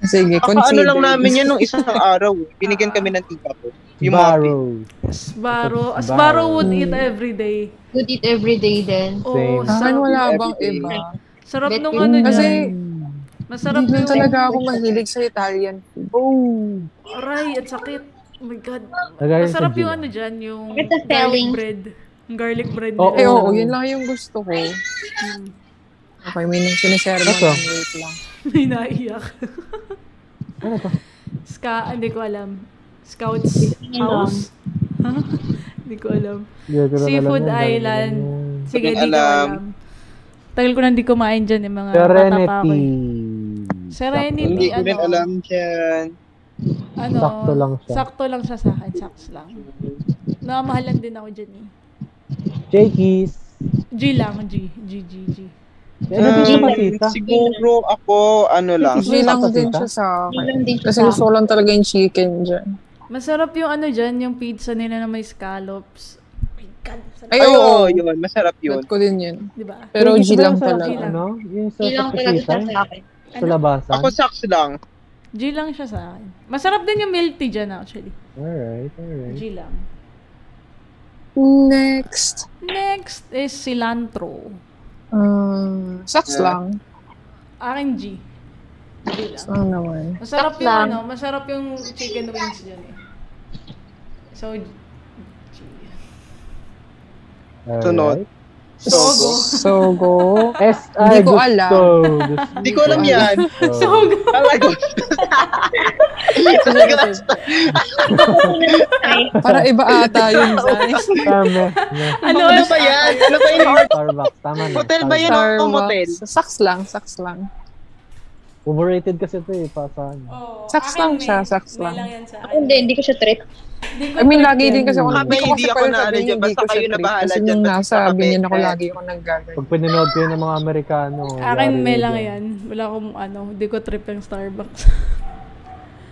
Sige, Kaka ano consider. lang namin yan nung isang araw. Binigyan kami ng tita ko. Yung muffin. Barrow. Sbarro. Sbarro. Sbarro would eat every day. Good eat every day then. Oo, Same. Sa akin sarap. Ah, wala Everyday. bang iba. Sarap Bet nung ko. ano niya. Kasi Masarap hindi yung talaga ako mahilig sa Italian food. Oh! aray at sakit. Oh my God. Nagaya sa Masarap yung gym. ano dyan, yung Bakit sa garlic selling? bread. Yung garlic bread Oo. Eh nila. oo, yun lang yung gusto ko. Hmm. Okay, may nang siniserve Ito. na wait lang. May naiyak. Ano to? Ska, hindi ko alam. Scouts House? Ha? Hindi ko alam. Hindi ko na alam Seafood yan, dahil Island. ano yan. Sige, di Hindi ko ko alam. alam. Tagal ko na hindi kumain dyan yung mga bata pa ako. Serenity. eh. Serenity, Hindi ko ano? rin alam yan. Ano, Sakto lang siya. Sakto lang siya sa akin. Sakto lang. Namahalan din ako dyan eh. Jakey's. G lang, G. G, G, G. Ano Um, siya matita? siguro ako, ano lang. Hindi lang Tapos din ito? siya sa G akin. lang din siya Kasi sa gusto ko lang talaga yung chicken dyan. Masarap yung ano dyan, yung pizza nila na may scallops. Oh my God, masarap. Ay, Ay, oo, oo. yun. Masarap Bet yun. ko din yun. Di ba? Pero Yung G isa ba lang yung sa- talaga. Ano? Yung sa G lang talaga Ano? siya kapitan? sa akin. Sa labasan? Ako saks lang. G lang siya sa akin. Masarap din yung milk tea dyan actually. Alright, alright. G lang. Next. Next is cilantro. Um, sucks Yeah. lang. Akin G. G lang. Ano naman? Masarap Stop yung lang. ano, masarap yung chicken wings dyan eh. So, G. alright. Sunod. Sogo. Sogo. S.I. Hindi ko Gusto. Oh. alam. Gusto. Hindi ko alam yan. Sogo. Alay ko. Para iba ata yun. Tama. Ano, Ano ba yan? Ano ba yung art? Starbucks. Tama na. Hotel ba yun? Starbucks. Starbucks. Ang motel. Sucks lang, sucks lang. Overrated kasi ito eh. Pasahan. Oh, Saks akin lang may- siya, saks may lang. yan sa akin. Ako din, hindi ko siya trip. Hindi ko I mean, trip lagi yan. din kasi ako Kape, hindi ako pala na ano sabihin, dyan, hindi ko basta siya kayo na trip. bahala Kasi dyan, nung basta nasa kape. binyan ako, lagi ako nagagano. Pag pinanood ko yun ng mga Amerikano. Akin yari may lang yun. yan. Wala akong ano, hindi ko trip yung Starbucks. Wala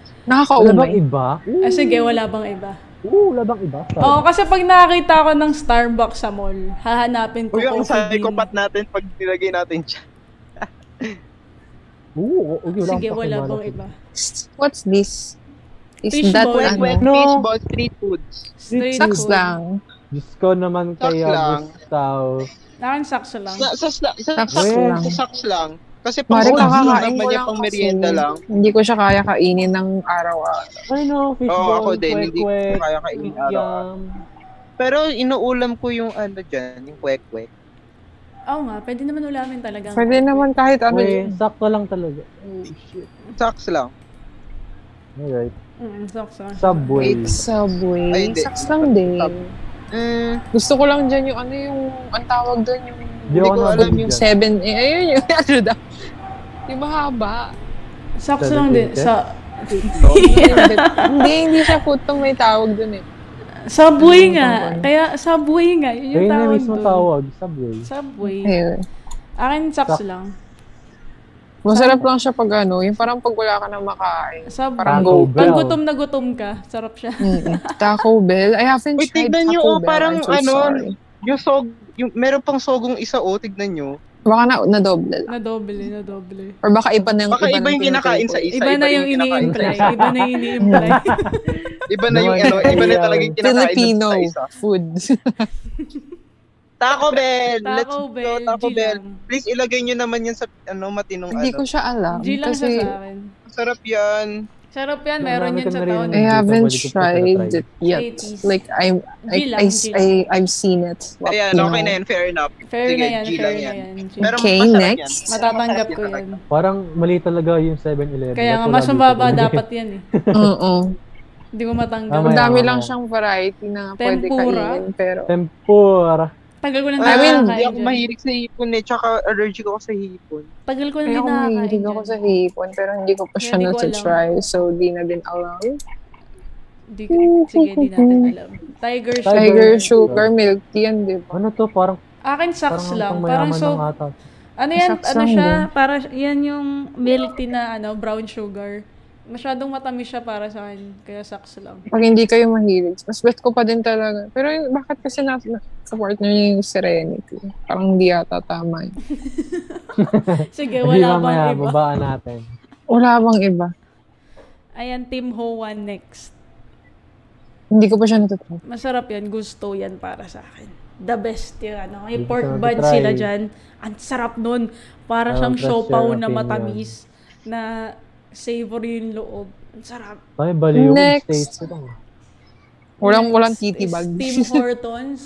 bang Nakakaumay. iba? ah, sige, wala bang iba? Oo, wala bang iba? Starbucks. Oo, kasi pag nakakita ko ng Starbucks sa mall, hahanapin ko Uy, ang coffee bean. psychopath natin pag nilagay natin siya. Oo, oo, oo, wala Sige, akong wala pakialam. bang iba? What's this? Is Fish that ball. ano? Wet, wet, fish balls, street foods. Straight Sucks food. lang. Diyos ko naman Sucks kay lang. Gustav. Akin sucks lang. Sa, sa, sa, sa, Sucks Wait. lang. sa saks lang. Kasi pang Mari, ulam, kakakain Oh, ko naman niya lang pang kasi merienda lang. Hindi ko siya kaya kainin ng araw-araw. Ay no, Oo, fishball, ako din. Hindi ko kwek-kwek, Mm, kaya kainin araw. yum. Pero inuulam ko yung ano dyan, yung kwek-kwek. Oo nga, pwede naman ulamin talaga. Pwede naman kahit ano Weh, yun. sakto lang talaga. Oh, shit. Saks lang. Alright. Mm, sucks lang. Subway. Wait, Subway. Ay, hindi. Sucks lang din. Mm, Gusto ko lang dyan yung ano yung, ang tawag doon yung, Di ako ko alam nabili yung ano, dyan. seven, eh, ayun yung, ano daw. Yung mahaba. Sucks lang din. Dedicated? Sa, hindi, hindi siya putong may tawag doon eh. subway nga. Kaya subway nga. Yun yung Ayun na tawag mismo doon. Eh, tawag. Subway. Subway. Anyway. Akin sucks Sucks. lang. Masarap lang siya pag ano, yung parang pag wala ka na makain. Sa Parang Taco go. Bell. Pag gutom na gutom ka, sarap siya. Mm, Taco Bell. I haven't Uy, tried tignan niyo, Taco oh, Bell. parang I'm so ano, sorry. Yung sog, yung, meron pang sogong isa, oh, tignan nyo. Baka na, na double lang. Na doble, na doble. Or baka iba na yung Baka iba yung pinatay kinakain ko. sa isa. Iba, na rin yung kinakain sa ini-imply. isa. Iba na yung ini-imply. Iba na yung ano, iba na talaga yung kinakain Filipino sa isa. food. Taco Bell! Let's Taco Bell, go, Taco G Bell. lang. Please ilagay nyo naman yan sa ano, matinong Hindi ko ano. siya alam. G lang siya kasi sa akin. Sarap yan. Sarap yan, Marami meron yan ko sa na rin taon. I Hindi ko haven't pwede ko pa tried tinatry. it yet. 80s. Like, I'm, G I, lang, I, G I, I've seen it. but, Ayan, you okay know. na yan. Fair enough. Fair Sige, na yan, G fair lang na yan. yan. G. Pero Okay, masarap yan. next. Matatanggap ko Masarap yan. Parang mali talaga yung 7-Eleven. Kaya At nga, wala mas dito. mababa dapat yan eh. Oo. Hindi ko matanggap. Tama Ang yan. dami Mamaya, lang mamaya. siyang variety na pwede Tempura. kainin. Pero, Tempura. Tagal ko na Ah, I mean, nakakain hindi ako dyan. mahilig sa hipon eh. Tsaka allergic ako sa hipon. Tagal ko na Kaya din ako nakakain mahilig dyan. ako sa hipon, pero hindi ko pa Kaya siya di ko alam. na-try, so di na din alam. Di, sige, di natin alam. Tiger sugar. Tiger sugar milk tea yan, di ba? Ano to? Parang, Akin saks parang lang. pang Parang mayaman so, lang ata. ano yan, Saks ano lang siya, din. para, yan yung milk tea na ano, brown sugar. Masyadong matamis siya para sa akin, kaya saks lang. Pag hindi kayo mahilig, mas best ko pa din talaga. Pero yun, bakit kasi na, na sa partner niya yung serenity? Parang hindi yata tama yun. Sige, Hindi wala mamaya, bang iba. babaan natin. Wala bang iba? Ayan, Team Hoan next. Hindi ko pa siya natatry. Masarap yan, gusto yan para sa akin. The best yun, ano. May Hindi ko pork siya bun natitry. sila dyan. Ang sarap nun. Para Parang siyang that's your siopaw na opinion. matamis. Na savory yung loob. Ang sarap. Ay, baliw yung Next. states. Ito. Walang, walang Next is titibag. Tim Hortons.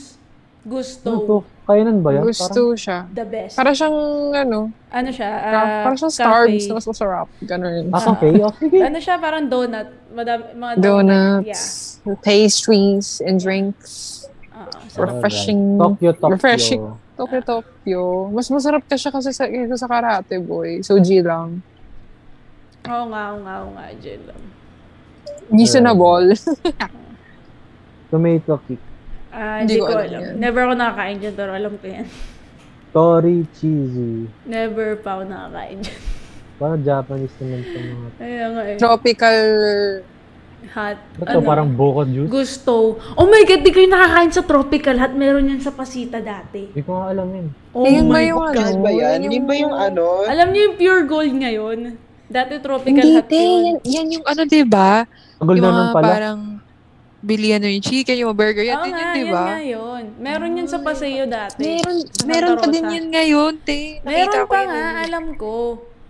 Gusto. Ano to? Kainan ba yan? Parang, Gusto siya. The best. Para siyang, ano, ano siya? ah, para siyang cafe. Starbucks na mas masarap. Ganun. ah, okay. Oh, sige. Ano siya? Parang donut. Madami, mga donut. Yeah. Donuts, pastries, and drinks. Ah, sarap. Refreshing. Alright. Tokyo, Tokyo. Refreshing. Tokyo, Tokyo. Mas masarap ka siya kasi sa, kaysa sa karate, boy. So, G lang. Oo nga, oo nga, oo nga. Jill. Reasonable. Tomato kick. Ah, hindi ko alam. yan. Never ako nakakain dyan, pero alam ko yan. Tori cheesy. Never pa ako nakakain dyan. Parang Japanese naman itong mga Ayun nga eh. Tropical. Hot. Ito parang buko juice. ano, Gusto. Oh my God, di kayo nakakain sa tropical hot. Meron yan sa Pasita dati. Hindi ko nga alam yun. Oh Ayun ba my yung ano? Yan ba yan? Hindi ba yung ano? Alam niyo yung pure gold ngayon? Dati tropical Hindi, hot te. yun. Yan, yan yung ano, di ba? Tagal Yung na nun mga pala. parang bilihan na yung chicken, yung mga burger. Yan Oo Ah, din nga, yun, di yun ba? nga yun. Meron yan sa Paseo dati. Meron, Sa meron Santa pa din Rosa. yan ngayon, te. Nakita Meron ko pa yun. nga, alam ko.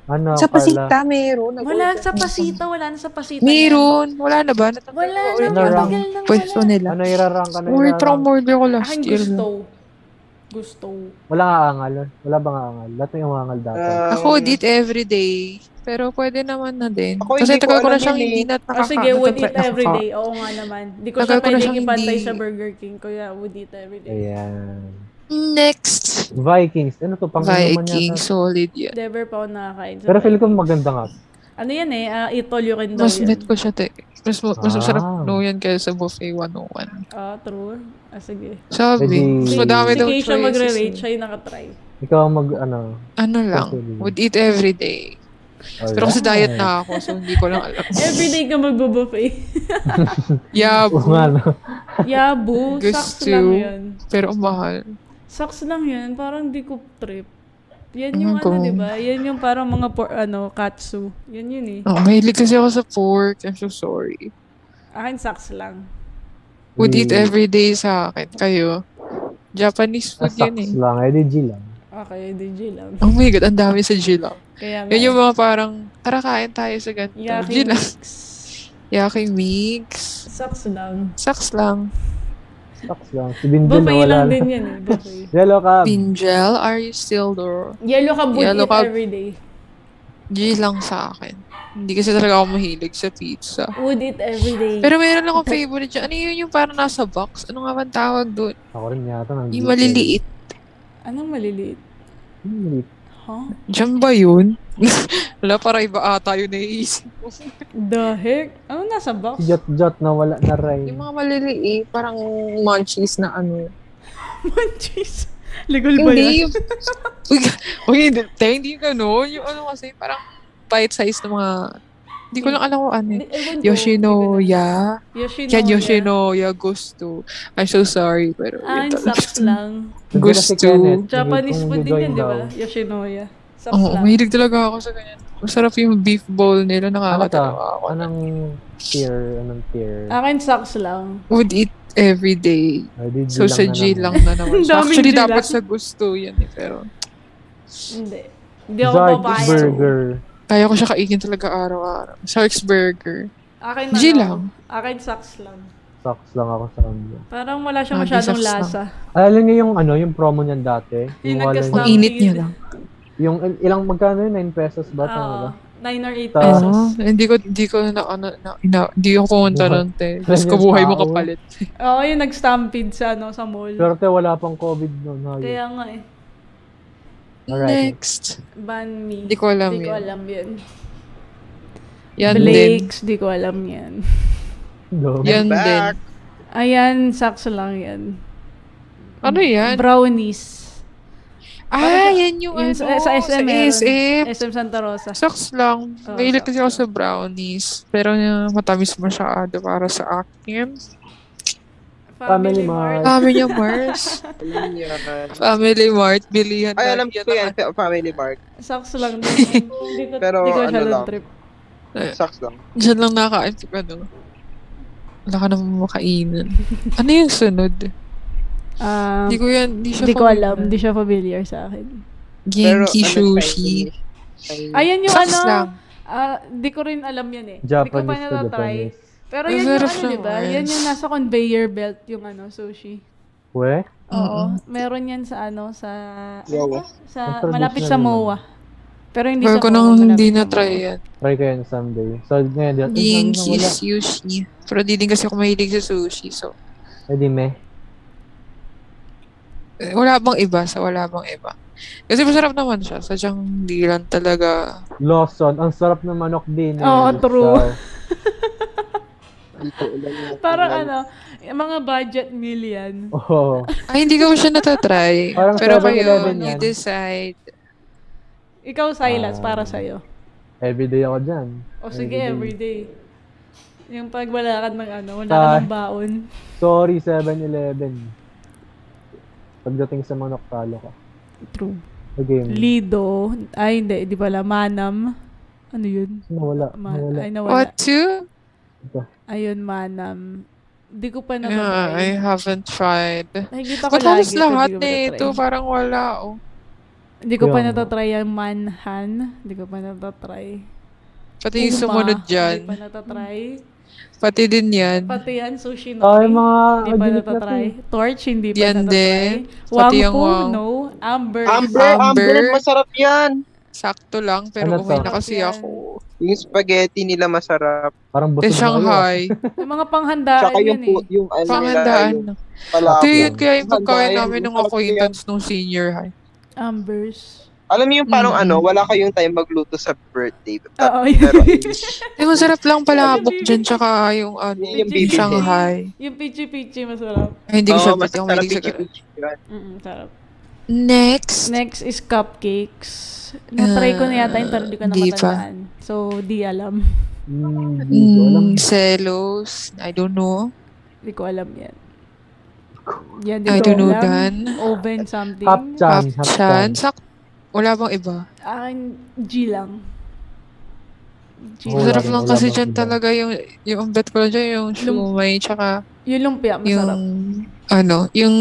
Ano Sa pala? Pasita, meron. Wala sa Pasita, wala na sa Pasita. Meron. Wala na ba? Natatanda Wala ko na, ulit. Narang. matagal na Pwesto wala. nila. Ano irarang ka na Uy, parang irarang? murder ko last Akin year. no? gusto. Gusto. Wala nga angal. Wala bang angal? Lahat may umangal dati. Um, Ako, did every day. Pero pwede naman na din. Ako, Kasi hindi ko tagal ko na alam siyang yun eh. hindi na O nakaka- Ah, sige, would eat nakaka- every day. Oo nga naman. Hindi ko siya Tagal ko na pwedeng siyang ipantay hindi- sa Burger King. Kaya would eat every day. Ayan. Next. Vikings. Ano to? Pang Viking. Vikings. Solid yan. Never pa ako nakakain. sa Pero feel ko Burger King. maganda nga. Ano yan eh, uh, itol you can daw Mas yan. net ko siya, te. Mas, ma- mas Ah. masarap no yan kaysa buffet 101. Ah, true. Ah, sige. Sabi, Pwede- mas madami May Si daw Keisha magre-rate, choices. eh. siya yung nakatry. Ikaw ang mag ano. Ano lang, Pwede. would eat every day. Pero kasi diet na ako, so hindi ko lang alam. Everyday ka magbo-buffet. Yabo. Oo nga, no? Yabu, Gusto. socks lang yun. Pero ang mahal. Socks lang yun, parang di ko trip. Yan Ano yung ano, ko? di ba? Yan yung parang mga por, ano, katsu. Yan yun eh. Oh, mahilig kasi ako sa pork. I'm so sorry. Akin socks lang. Would eat Di- every day sa akin. Kayo. Japanese food yun Socks eh. lang. Eh, di G lang. Okay, DJ lang. Oh my God, ang dami sa Gila. Kaya nga. Yun yung mga parang, tara kain tayo sa ganito. Yaki Gila. mix. Yaki mix. Socks lang. Sucks lang. Socks lang. Si Binjin na Buffet wala lang na. din yan eh, buffet. Yellow cab. Pinjel, are you still there? Yellow ka would Yellow eat ka- everyday. G lang sa akin. Hindi kasi talaga ako mahilig sa pizza. Would eat everyday. Pero meron akong favorite dyan. Ano yun yung parang nasa box? Ano nga ba ang tawag doon? Ako rin yata. ng Yung dito. maliliit. Anong maliliit? Yung maliliit. Huh? Diyan ba yun? Wala, para iba ata yun naiisip ko. The heck? Ano nasa Si box? Jot Jot na wala na rin. Yung mga maliliit, parang munchies na ano. Munchies. Legal ba yan? Hindi. yung- Uy, uy, hindi, te, hindi ganun. Yung ano kasi, parang bite size ng mga... Hindi ko lang alam kung ano. eh. Ewan ko. Yoshinoya. Yoshinoya. Yan, Yoshinoya gusto. I'm so sorry, pero Ah, ang yun talaga. saps lang. Gusto. Japanese food din yan, di ba? Ano Yoshinoya. Saps Oo, lang. mahilig talaga ako sa ganyan. Masarap yung beef bowl Ano nila, to? nakakatawa ako. Anong tier? Anong tier? Akin socks lang. Would eat every day. Ay, di So sa na G naman. lang na Ang naman. siya. daming G Actually, lang. dapat sa gusto yan eh. Pero Hindi. Hindi ako Zard's papayag. Burger. kaya ko siya kainin talaga araw-araw. Shark's Burger. Akin G ano, lang. Akin socks lang. Socks lang ako sa kanya. Parang wala Ah, siyang di masyadong socks lang. lasa. Ay, alam niyo yung ano, yung promo niyan dati? Yung walang- nagkasama. Ang init niya lang. Yung il- ilang magkano yun? 9 pesos ba? Tama Oo. ba? 9 or 8 Ta- Oo. pesos. Hindi ko, hindi ko na, ano, na, na- hindi ako kumunta Buhay. nun, te. Tapos Ganyan kabuhay mo tao. kapalit. Oo, yung nag-stampede sa, ano, sa mall. Swerte wala pang COVID noon. hayop. Kaya nga eh. Alright. Next. Ban me. Hindi ko alam Di ko yun. alam yun. Yan din. Flakes, di ko alam yan. Go. Yan din. Back. Ayan, sakso lang yan. Ano yan? Brownies. Ah, yan yung Yun ano. sa, sa SM Sa meron. SM. SM Santa Rosa. Socks lang. Oo, socks Mahilig kasi ako lang. sa brownies. Pero uh, matamis masyado para sa akin. Family Mart. Family Mart. Alam niya. Family Mart. Bilihan Ay, alam yan ko yan. ang- Family Mark. Sakso lang din. Hindi ko, Pero hindi ko siya ano doon lang. trip. Uh, Sucks lang. Diyan lang nakain. Ano? Wala ka naman makainan. Ano yung sunod? Um, Hindi ko yan. Hindi siya Hindi ko familiar. alam. Hindi siya familiar sa akin. Pero, Genki ano, Sushi. Chinese. Ay, Ayan yung Socks lang. ano. ah, Hindi ko rin alam yan eh. Hindi ko pa Japanese to natatry. Japanese. Pero Ang yun yung sarap ano, di ba? naman. Yan yung nasa conveyor belt yung ano, sushi. We? Oo. Meron yan sa ano, sa... Wow. Ang sa traditional malapit sa naman. MOA. Pero hindi Pero sa ko MOA, nang malapit hindi sa na-try MOA. yan. Try ko yan someday. So, ngayon, di- ay, sabi Genki na wala. Sushi. Pero di din kasi ako mahilig sa sushi. So, Eh, di me. eh, wala bang iba? Sa wala bang iba? Kasi masarap naman siya. Sadyang di lang talaga. Lawson, ang sarap ng manok din. eh. Oo, true. So, Parang ano, yung mga budget meal yan. Oo. Ay, hindi ko pa siya natatry. Parang Pero 7-Eleven kayo, you yan. decide. Ikaw, Silas, Ah. para sa'yo. Everyday ako dyan. O sige, Everyday. everyday. Yung pag wala ka ng ano, wala ka Ah. ng baon. Sorry, 7-Eleven. Pagdating sa manok, talo ka. True. Okay. Lido. Ay, hindi. Di pala. Manam. Ano yun? Nawala. Ma- Nawala. Ay, What nawala. two? Ayun, manam. Di ko pa Yeah, I natatry. haven't tried. Nakikita ko But halos lagi. pero lahat di ko eh. na natatry. ito, parang wala oh. Hindi ko pa Yun. natatry yung manhan. Hindi ko pa natatry. Pati yung Uma, sumunod Hindi pa dyan. natatry. Pati din yan. Pati yan, sushi no. Ay, mga Hindi pa agilip na to. eh. natatry. Torch, hindi pa Yan natatry. din. Wang Pati yung Fu, wang. no. Amber. Amber, Amber. Amber, masarap yan. Sakto lang, pero Ano to? okay na kasi Yan. ako. Yung spaghetti nila masarap. Parang Sa busog na ah. Shanghai, Yung mga panghandaan Tsaka yun yung, eh. pu- yung, ano nila, yung panghandaan. palakpak. Ito yun kaya yung Panghandaan, pagkain namin yung ng sarap acquaintance nung senior high. Ambers. Alam niyo yung parang Mm. ano, wala kayong time magluto sa birthday. Oo, Pero yun. Ay, Eh, masarap lang palabok dyan, tsaka yung ano, Yung yung bibihin. Shanghai. yung pichi-pichi masarap. Ay, hindi ko Oo, siya mas pati ako mahilig sa ganun. sarap Mm, sarap. Next. Next is cupcakes. Na-try ko na yata yun, pero di ko Ah, di pa. nakatandaan. So, di alam. Hmm, Hindi ko alam. Mm, Celos. I don't know. Di ko alam yan. Yan, di I ko don't know alam. Dan. Oven something. Hapchan. Hapchan. Papchan. Sak wala bang iba? Akin, G lang. G Wala Masarap rin, Oh, lang wala kasi bang dyan iba? lang. talaga yung, yung bet ko lang dyan, yung shumai, tsaka Yung lumpia, yung, masarap. ano, yung,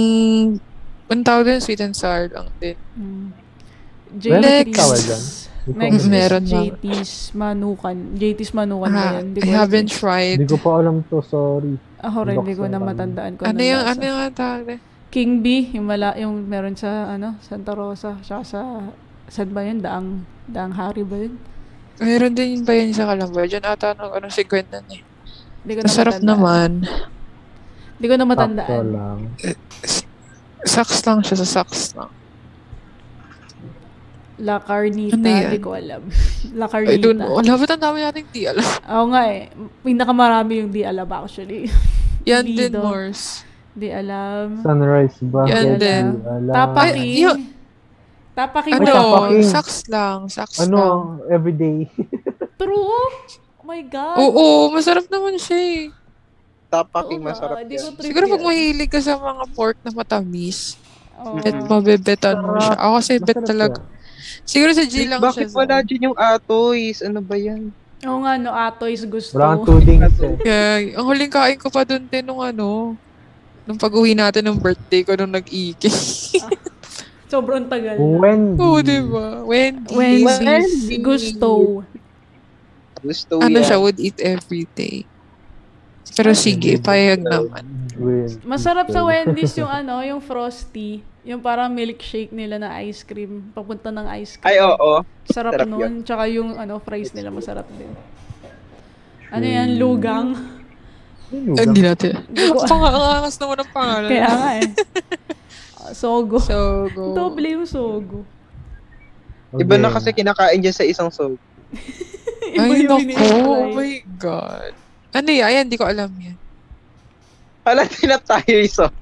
ang tawag din, sweet and sour lang din. Mm. Meron JT's. tawag dyan? Hindi ko Next, alam. Meron ba? JT's Manukan. JT's Manukan na Ah, yan. Di I ko haven't alam. Hindi tried. ko pa alam to, sorry. Ako rin, hindi ko na Buksan. matandaan ko. Ano anong yung, lasa. ano yung ang tawag din? King B, yung, mala, yung meron sa, ano, Santa Rosa. Tsaka sa, saan ba yun? Daang, daang hari ba yun? Meron din ba yun sa Kalamba? Diyan ata nung ano si Gwen na eh. Hindi ko na Masarap matandaan. naman. Hindi ko na Sakto matandaan. lang. Saks lang siya sa saks lang. La Carnita, Ano yan? hindi ko alam. La I don't Carnita. know. Ano? Wala ba't ang dami nating di alam? Oo nga eh. Pinakamarami yung di alam actually. Yan din, Lido. Morse. Di alam. Sunrise ba? Yan din. Tapos, Tapaki. Ay, yun. Tapaki daw. Ano, Tapaking. saks lang, saks ano, lang. everyday. True. Oh my God. Oo, masarap naman siya eh. Tapaking Oo nga, masarap di ko yan. trip Siguro yun. pag mahilig ka sa mga pork na matamis, Oo. bet mabebetan mo siya. Ako kasi bet Mm. Masarap talaga. siya. Siguro sa ano. G lang siya. Bakit wala dyan yung atoys? Ano ba yan? Oo nga, no, Atoy's gusto. Wala kang two things eh. Yeah, ang huling kain ko pa doon din nung ano, nung pag-uwi natin ng birthday ko nung nag-iiki. Sobrang tagal. na. Wendy. Oo, di ba? Wendy's. Wendy's gusto. Gusto Ano yan. siya, would eat every day. Pero sige, payag naman. Wendy. Masarap sa Wendy's yung ano, yung frosty. Yung parang milkshake nila na ice cream. Papunta ng ice cream. Ay, oo. Sarap sarap nun. Tsaka yung ano, fries nila masarap din. Ano Mm. yan? Lugang? Ah, Hindi natin. Hindi ko- Pangangas naman ang pangalan. Kaya nga eh. Ah, Sogo. So, go. Doble yung sogo. Iba na kasi kinakain dyan sa isang soap. Iba Ay, yung naku. Oh ini-apply. my God. Ano yan? Ayan, di ko alam yan. Pala tinap tayo yung soap.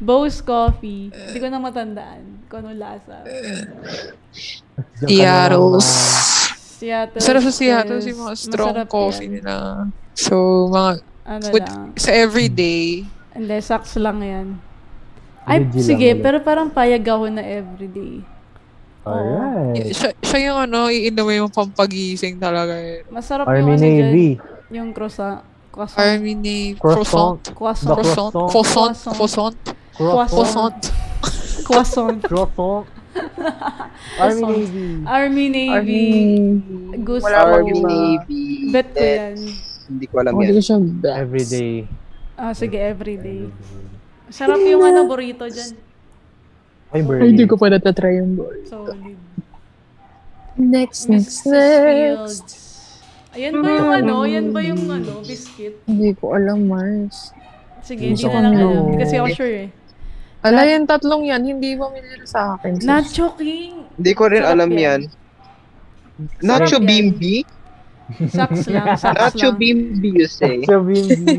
Bose Coffee. Hindi ko na matandaan kung anong lasa. Seattle's. Seattle. Sarap sa Express. Seattle yung mga strong Masarap coffee yan. nila. So, mga Ano food lang. sa everyday. Hindi, saks lang yan. Ay, Energy lang sige, ulit. pero parang payag ako na everyday. Alright. Siya, siya yung ano, iinumin mo pampagising talaga eh. yun. Masarap yung Army ano dyan, Navy. Yung croissant. Croissant. Army Navy. Croissant. Croissant. Croissant. Bako- Croissant. Croissant. Croissant. Croissant. Croissant. Croissant. Croissant. Croissant. Army Navy. Army Navy. Gusto. Wala Army akong Navy. Bet ko Yes. yan. Hindi ko alam Oh, yan. hindi ko siya bet. Everyday. Ah, sige, everyday. Sarap yung ano, burrito dyan. Ay, Ay, Bernie. hindi ko pa natatry yung boy. Solid. Next, next, Mrs. next. Fields. Ayan ba yung ano? Ayan ba yung ano? Biscuit? Hindi ko alam, Mars. Sige, hindi Gusto na lang ko alam. yung- Hindi Kasi ako sure eh. Ala, yan tatlong yan. Hindi familiar sa akin. sis. Nacho King! Hindi ko rin Sarap alam yan. yan. Nacho yan. Bimbi? Saks lang, saks Nacho lang. Bimbi, you say? Sa Windy.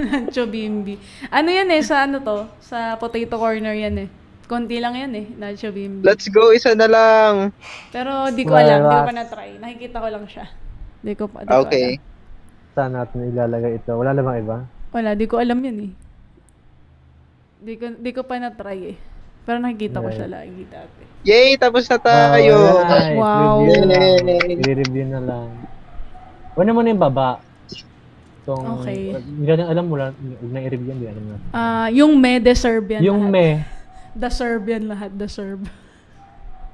Nacho Bimbi. Ano yan eh, sa ano to? Sa potato corner yan eh. Konti lang yan eh, Nacho Bimbi. Let's go, isa na lang. Pero di ko alam, di ko pa Relax. na-try. Nakikita ko lang siya. Di ko pa, di ko Okay. alam. Saan natin ilalagay ito? Wala namang iba? Wala, di ko alam yan eh. Di ko, di ko pa na-try eh. Pero nakikita ko siya lagi dati. Yay, tapos na tayo. Alright, Wow. Review na lang. I-review na lang. Una muna yung baba. Itong, Okay. Hindi natin alam mo lang. Huwag na i-review yan. Hindi alam na. Ah, yung me, the Serbian Yung lahat. me. The Serbian lahat, the Serb.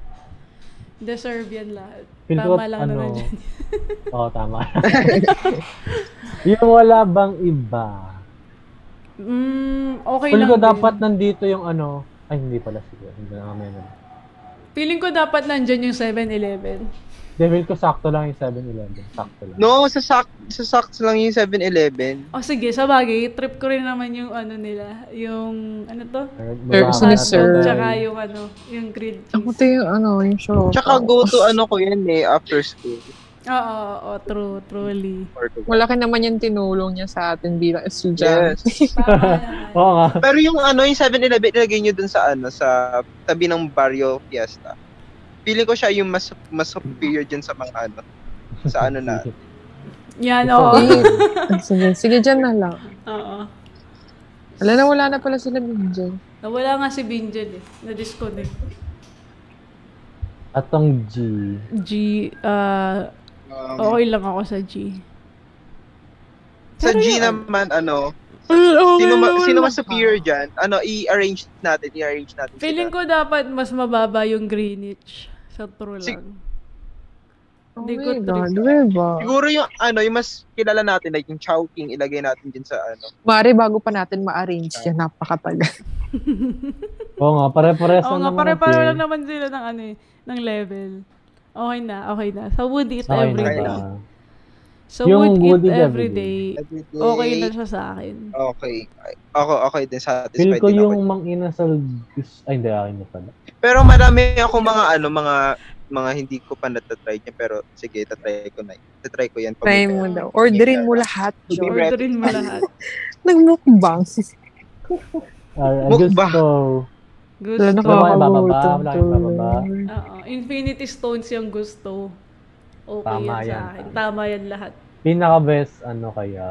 The Serbian lahat. Feel ko, Tama lang ano, naman dyan. Oo, Oh, tama. yung wala bang iba? Mm, okay Feel lang ko din. dapat nandito yung ano. Ay, hindi pala siguro. Hindi na kami nun. Feeling ko dapat nandyan yung 7-Eleven. Hindi, feel ko sakto lang yung 7-Eleven. Sakto lang. No, sa sak sa saks lang yung 7-Eleven. O sige, sa bagay, trip ko rin naman yung ano nila, yung ano to? Sir- Baba, Sir- Sir- tatay. Tsaka yung ano, yung grilled Ako cheese. to yung ano, yung show. Tsaka go to ano ko yan eh, after school. Oo, oo, oo, true, truly. Or to- Malaki naman yung tinulong niya sa atin bilang estudyante. Yes. Tama naman. Oo nga. Pero yung ano, yung 7-Eleven, ilagay nyo dun sa ano, sa tabi ng Barrio Fiesta. Pili ko siya yung mas, mas superior dyan sa mga ano, sa ano na. Yan, oo. Ah, sige, sige, dyan na lang. Oo. Wala na, wala na pala sila video. Nawala nga si Binjan eh. Na-disconnect. At ang G. G, ah, Um, okay lang ako sa G. sa Pero G yun. naman, ano, Okay, sino, ma- sino mas superior dyan? Ano, i-arrange natin, i-arrange natin. Feeling sila. ko dapat mas mababa yung Greenwich. Sa true Si- lang. Oh Hindi my ko God, trip. diba? Siguro yung ano, yung mas kilala natin, like yung Chowking, ilagay natin dyan sa ano. Mari, bago pa natin ma-arrange yan, napakatagal. Oo nga, pare-pares Oo lang nga, naman pare-pare natin. lang naman sila ng ano eh, ng level. Okay na, okay na. Sa would eat Okay na every ba? day. ba? So Yung would would eat eat every every day. Everyday. Okay na siya sa akin. Okay. Ay- Ako, okay din. Satisfied Feel ko din ako. eh. yung mang inasal ay hindi akin na pala. Pero marami ako mga ano, mga mga hindi ko pa natatry niya, pero sige, tatry ko na. Tatry ko yan. Try pabuti. mo daw. Orderin mo lahat, To be Joe. ready. Orderin mo lahat. Nagmukbang. Ay, Mukbang. gusto. Gusto. Wala na Wala kang bababa, kakagutom wala to. kang bababa. Oo. Infinity Stones yung gusto. Okay Tama yan sa yan. akin. Tama yan lahat. Pinaka best ano kaya.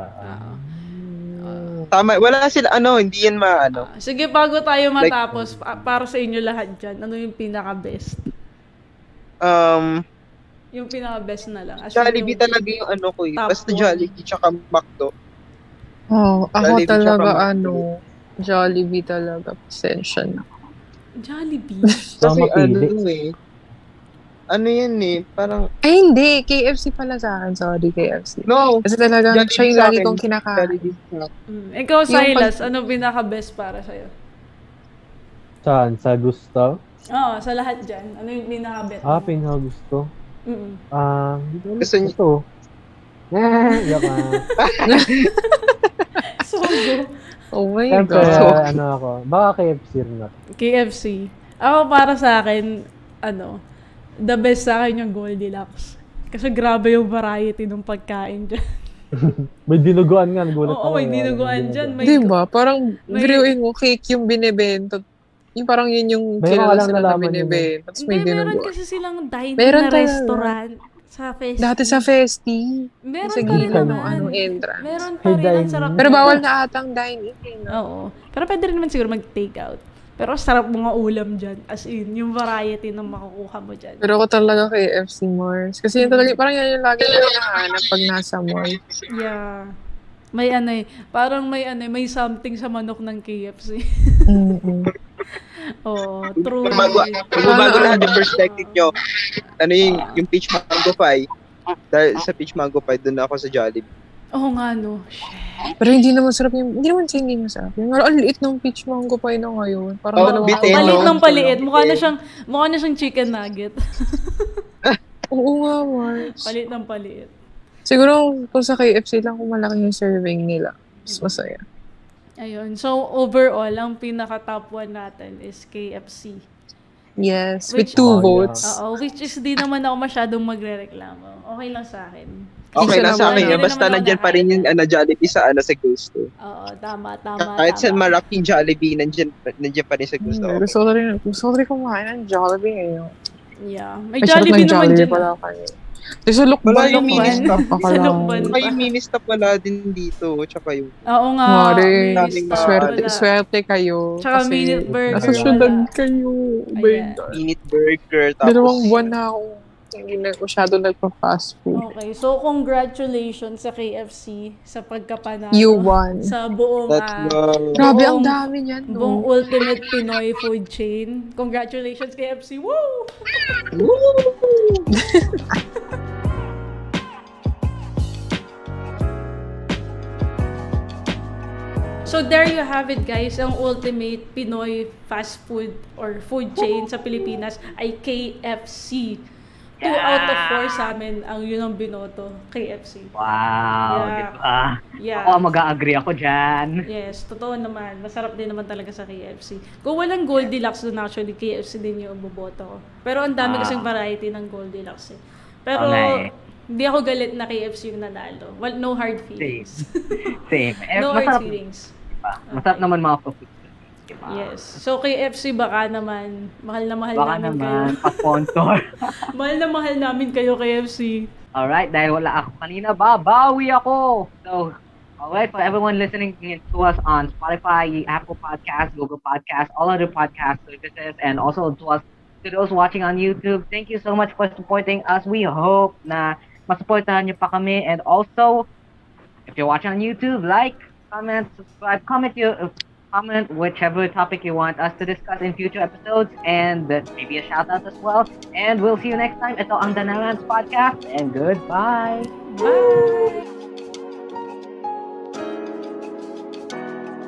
Oo. Tama, wala sila, ano, hindi yan maano. Ah, sige, bago tayo Like- matapos, pa- para sa inyo lahat dyan, ano yung pinaka-best? Um, Yung pinaka-best na lang. As in, Jollibee yung- talaga yung ano ko eh. Top Basta one. Jollibee tsaka McDo. Oh, ako Jollibee siya talaga from- ano, Jollibee talaga. Pasensya na. Jollibee. Kasi Tama, ano pili. eh. Ano yan eh, parang, Ay, hindi. KFC pala sa akin. Sorry, KFC. no, Kasi talaga Jollibee siya yung sa lagi akin. kong kinakain. Jollibee snack. Mm. Ikaw, Yung pag- Silas, ano pinaka-best para sa'yo? Saan? Sa gusto? Oo, sa lahat dyan. Ano yung pinaka-best? Ah, pinaka gusto. Mm-mm. Ah, hindi ko Gusto gusto niyo- ito. Eh, joke lang. So, go. Oh my Siyempre, God. So- ano ako, baka KFC rin ako. KFC. Ako para sa akin, ano, the best sa akin yung Goldilocks. Kasi grabe yung variety ng pagkain dyan. May dinuguan nga, nagulat Oo, may eh. dinuguan dyan. May, Di ba? Diba? Parang, May- biruin mo, cake yung binibenta. Yung parang yun yung Meron ka kilala lang sila na nalaman yun. binibenta. Tapos may Hindi, meron dinuguan. kasi silang dining Meron na talaga. restaurant sa fest. Dati sa Festi, meron sa pa rin Gikan, naman. no, ano, entrance. meron pa rin ang Dining. sarap. Pero bawal na atang dine-in. eh, no? Oo. Pero pwede rin naman siguro mag-take out. Pero sarap mga ulam dyan. As in, yung variety ng makukuha mo dyan. Pero ako talaga kay FC Mars. Kasi yun talaga, parang yan yung lagi na hinahanap pag nasa mall. Yeah. May ano eh, parang may ano eh, may something sa manok ng KFC. Mm-mm. Oo, true. Bago, Ano? bago lahat yung perspective nyo. Ano yung, yung peach mango pie. Dahil sa peach mango pie, dun ako sa Jollibee. Oo nga no. Shit. Pero hindi naman sarap yung, hindi naman sa hindi masarap. Yung parang ang liit ng peach mango pie na ngayon. Parang Oh, dalawang bitin, taon. Palit no? ng palit. Mukha na siyang, mukha na siyang chicken nugget. Oo nga, Mars. palit ng palit. Siguro kung sa KFC lang kung malaki yung serving nila. Mas masaya. Ayun. So, overall, ang pinaka-top 1 natin is KFC. Yes, Which- with two Oh, yeah. votes. Oo, which is di naman ako masyadong magre-reklamo. Okay lang sa akin. Okay Isa lang sa naman. akin yun. Hindi Basta naman ako nandyan pa rin yung ano, Jollibee sa ano, sa gusto. Oo, tama, tama, Ah, Kahit sa tama. malaking Jollibee, nandyan, nandyan pa rin sa gusto. Hmm, Gusto ko rin, gusto ko rin kumain ng Jollibee ngayon. Yeah. May Ang sarap Jollibee ng naman dyan. pala kayo. Di sa lukban. Wala lukban. yung mini stop. Baka Sa lang. lukban. Saka yung mini stop wala din dito. Tsaka yung Oo nga. Mare, may daming stop swerte, wala. swerte kayo. Tsaka mini burger Nasa wala. syudad kayo. Ayan. Benda. init burger. Tapos, Dalawang buwan na ako hindi na masyado nagpa-fast food. Okay, so congratulations sa KFC sa pagkapanalo. You won. Sa buong, Let's ah, go. Grabe, ang buong- dami niyan. buong No? ultimate Pinoy food chain. Congratulations KFC. Woo! So there you have it guys, ang ultimate Pinoy fast food or food chain sa Pilipinas ay KFC. Two out of four sa amin ang yun ang binoto, KFC. Wow, Yeah. di ba? Yeah. Ako mag-agree ako dyan. Yes, totoo naman. Masarap din naman talaga sa KFC. Kung walang Goldilocks dun actually, KFC din yung boboto ko. Pero ang dami Ah. kasing variety ng Goldilocks eh. Pero Okay. hindi ako galit na KFC yung nanalo. Well, no hard feelings. Same. Eh, no hard masarap, Ah. feelings. di ba? Masarap naman mga kapatid. Di ba? Yes. So KFC baka naman, mahal na mahal Baka namin naman, kayo. pa-sponsor. mahal na mahal namin kayo KFC. Alright, dahil wala ako kanina, babawi ako! So, alright, for everyone listening to us on Spotify, Apple Podcasts, Google Podcasts, all other podcast services, and also to us, to those watching on YouTube, thank you so much for supporting us. We hope na masuportahan niyo pa kami. And also, if you're watching on YouTube, like, comment, subscribe, comment your comment whichever topic you want us to discuss in future episodes and maybe a shout out as well. And we'll see you next time. Ito ang Danarans Podcast and goodbye. Bye!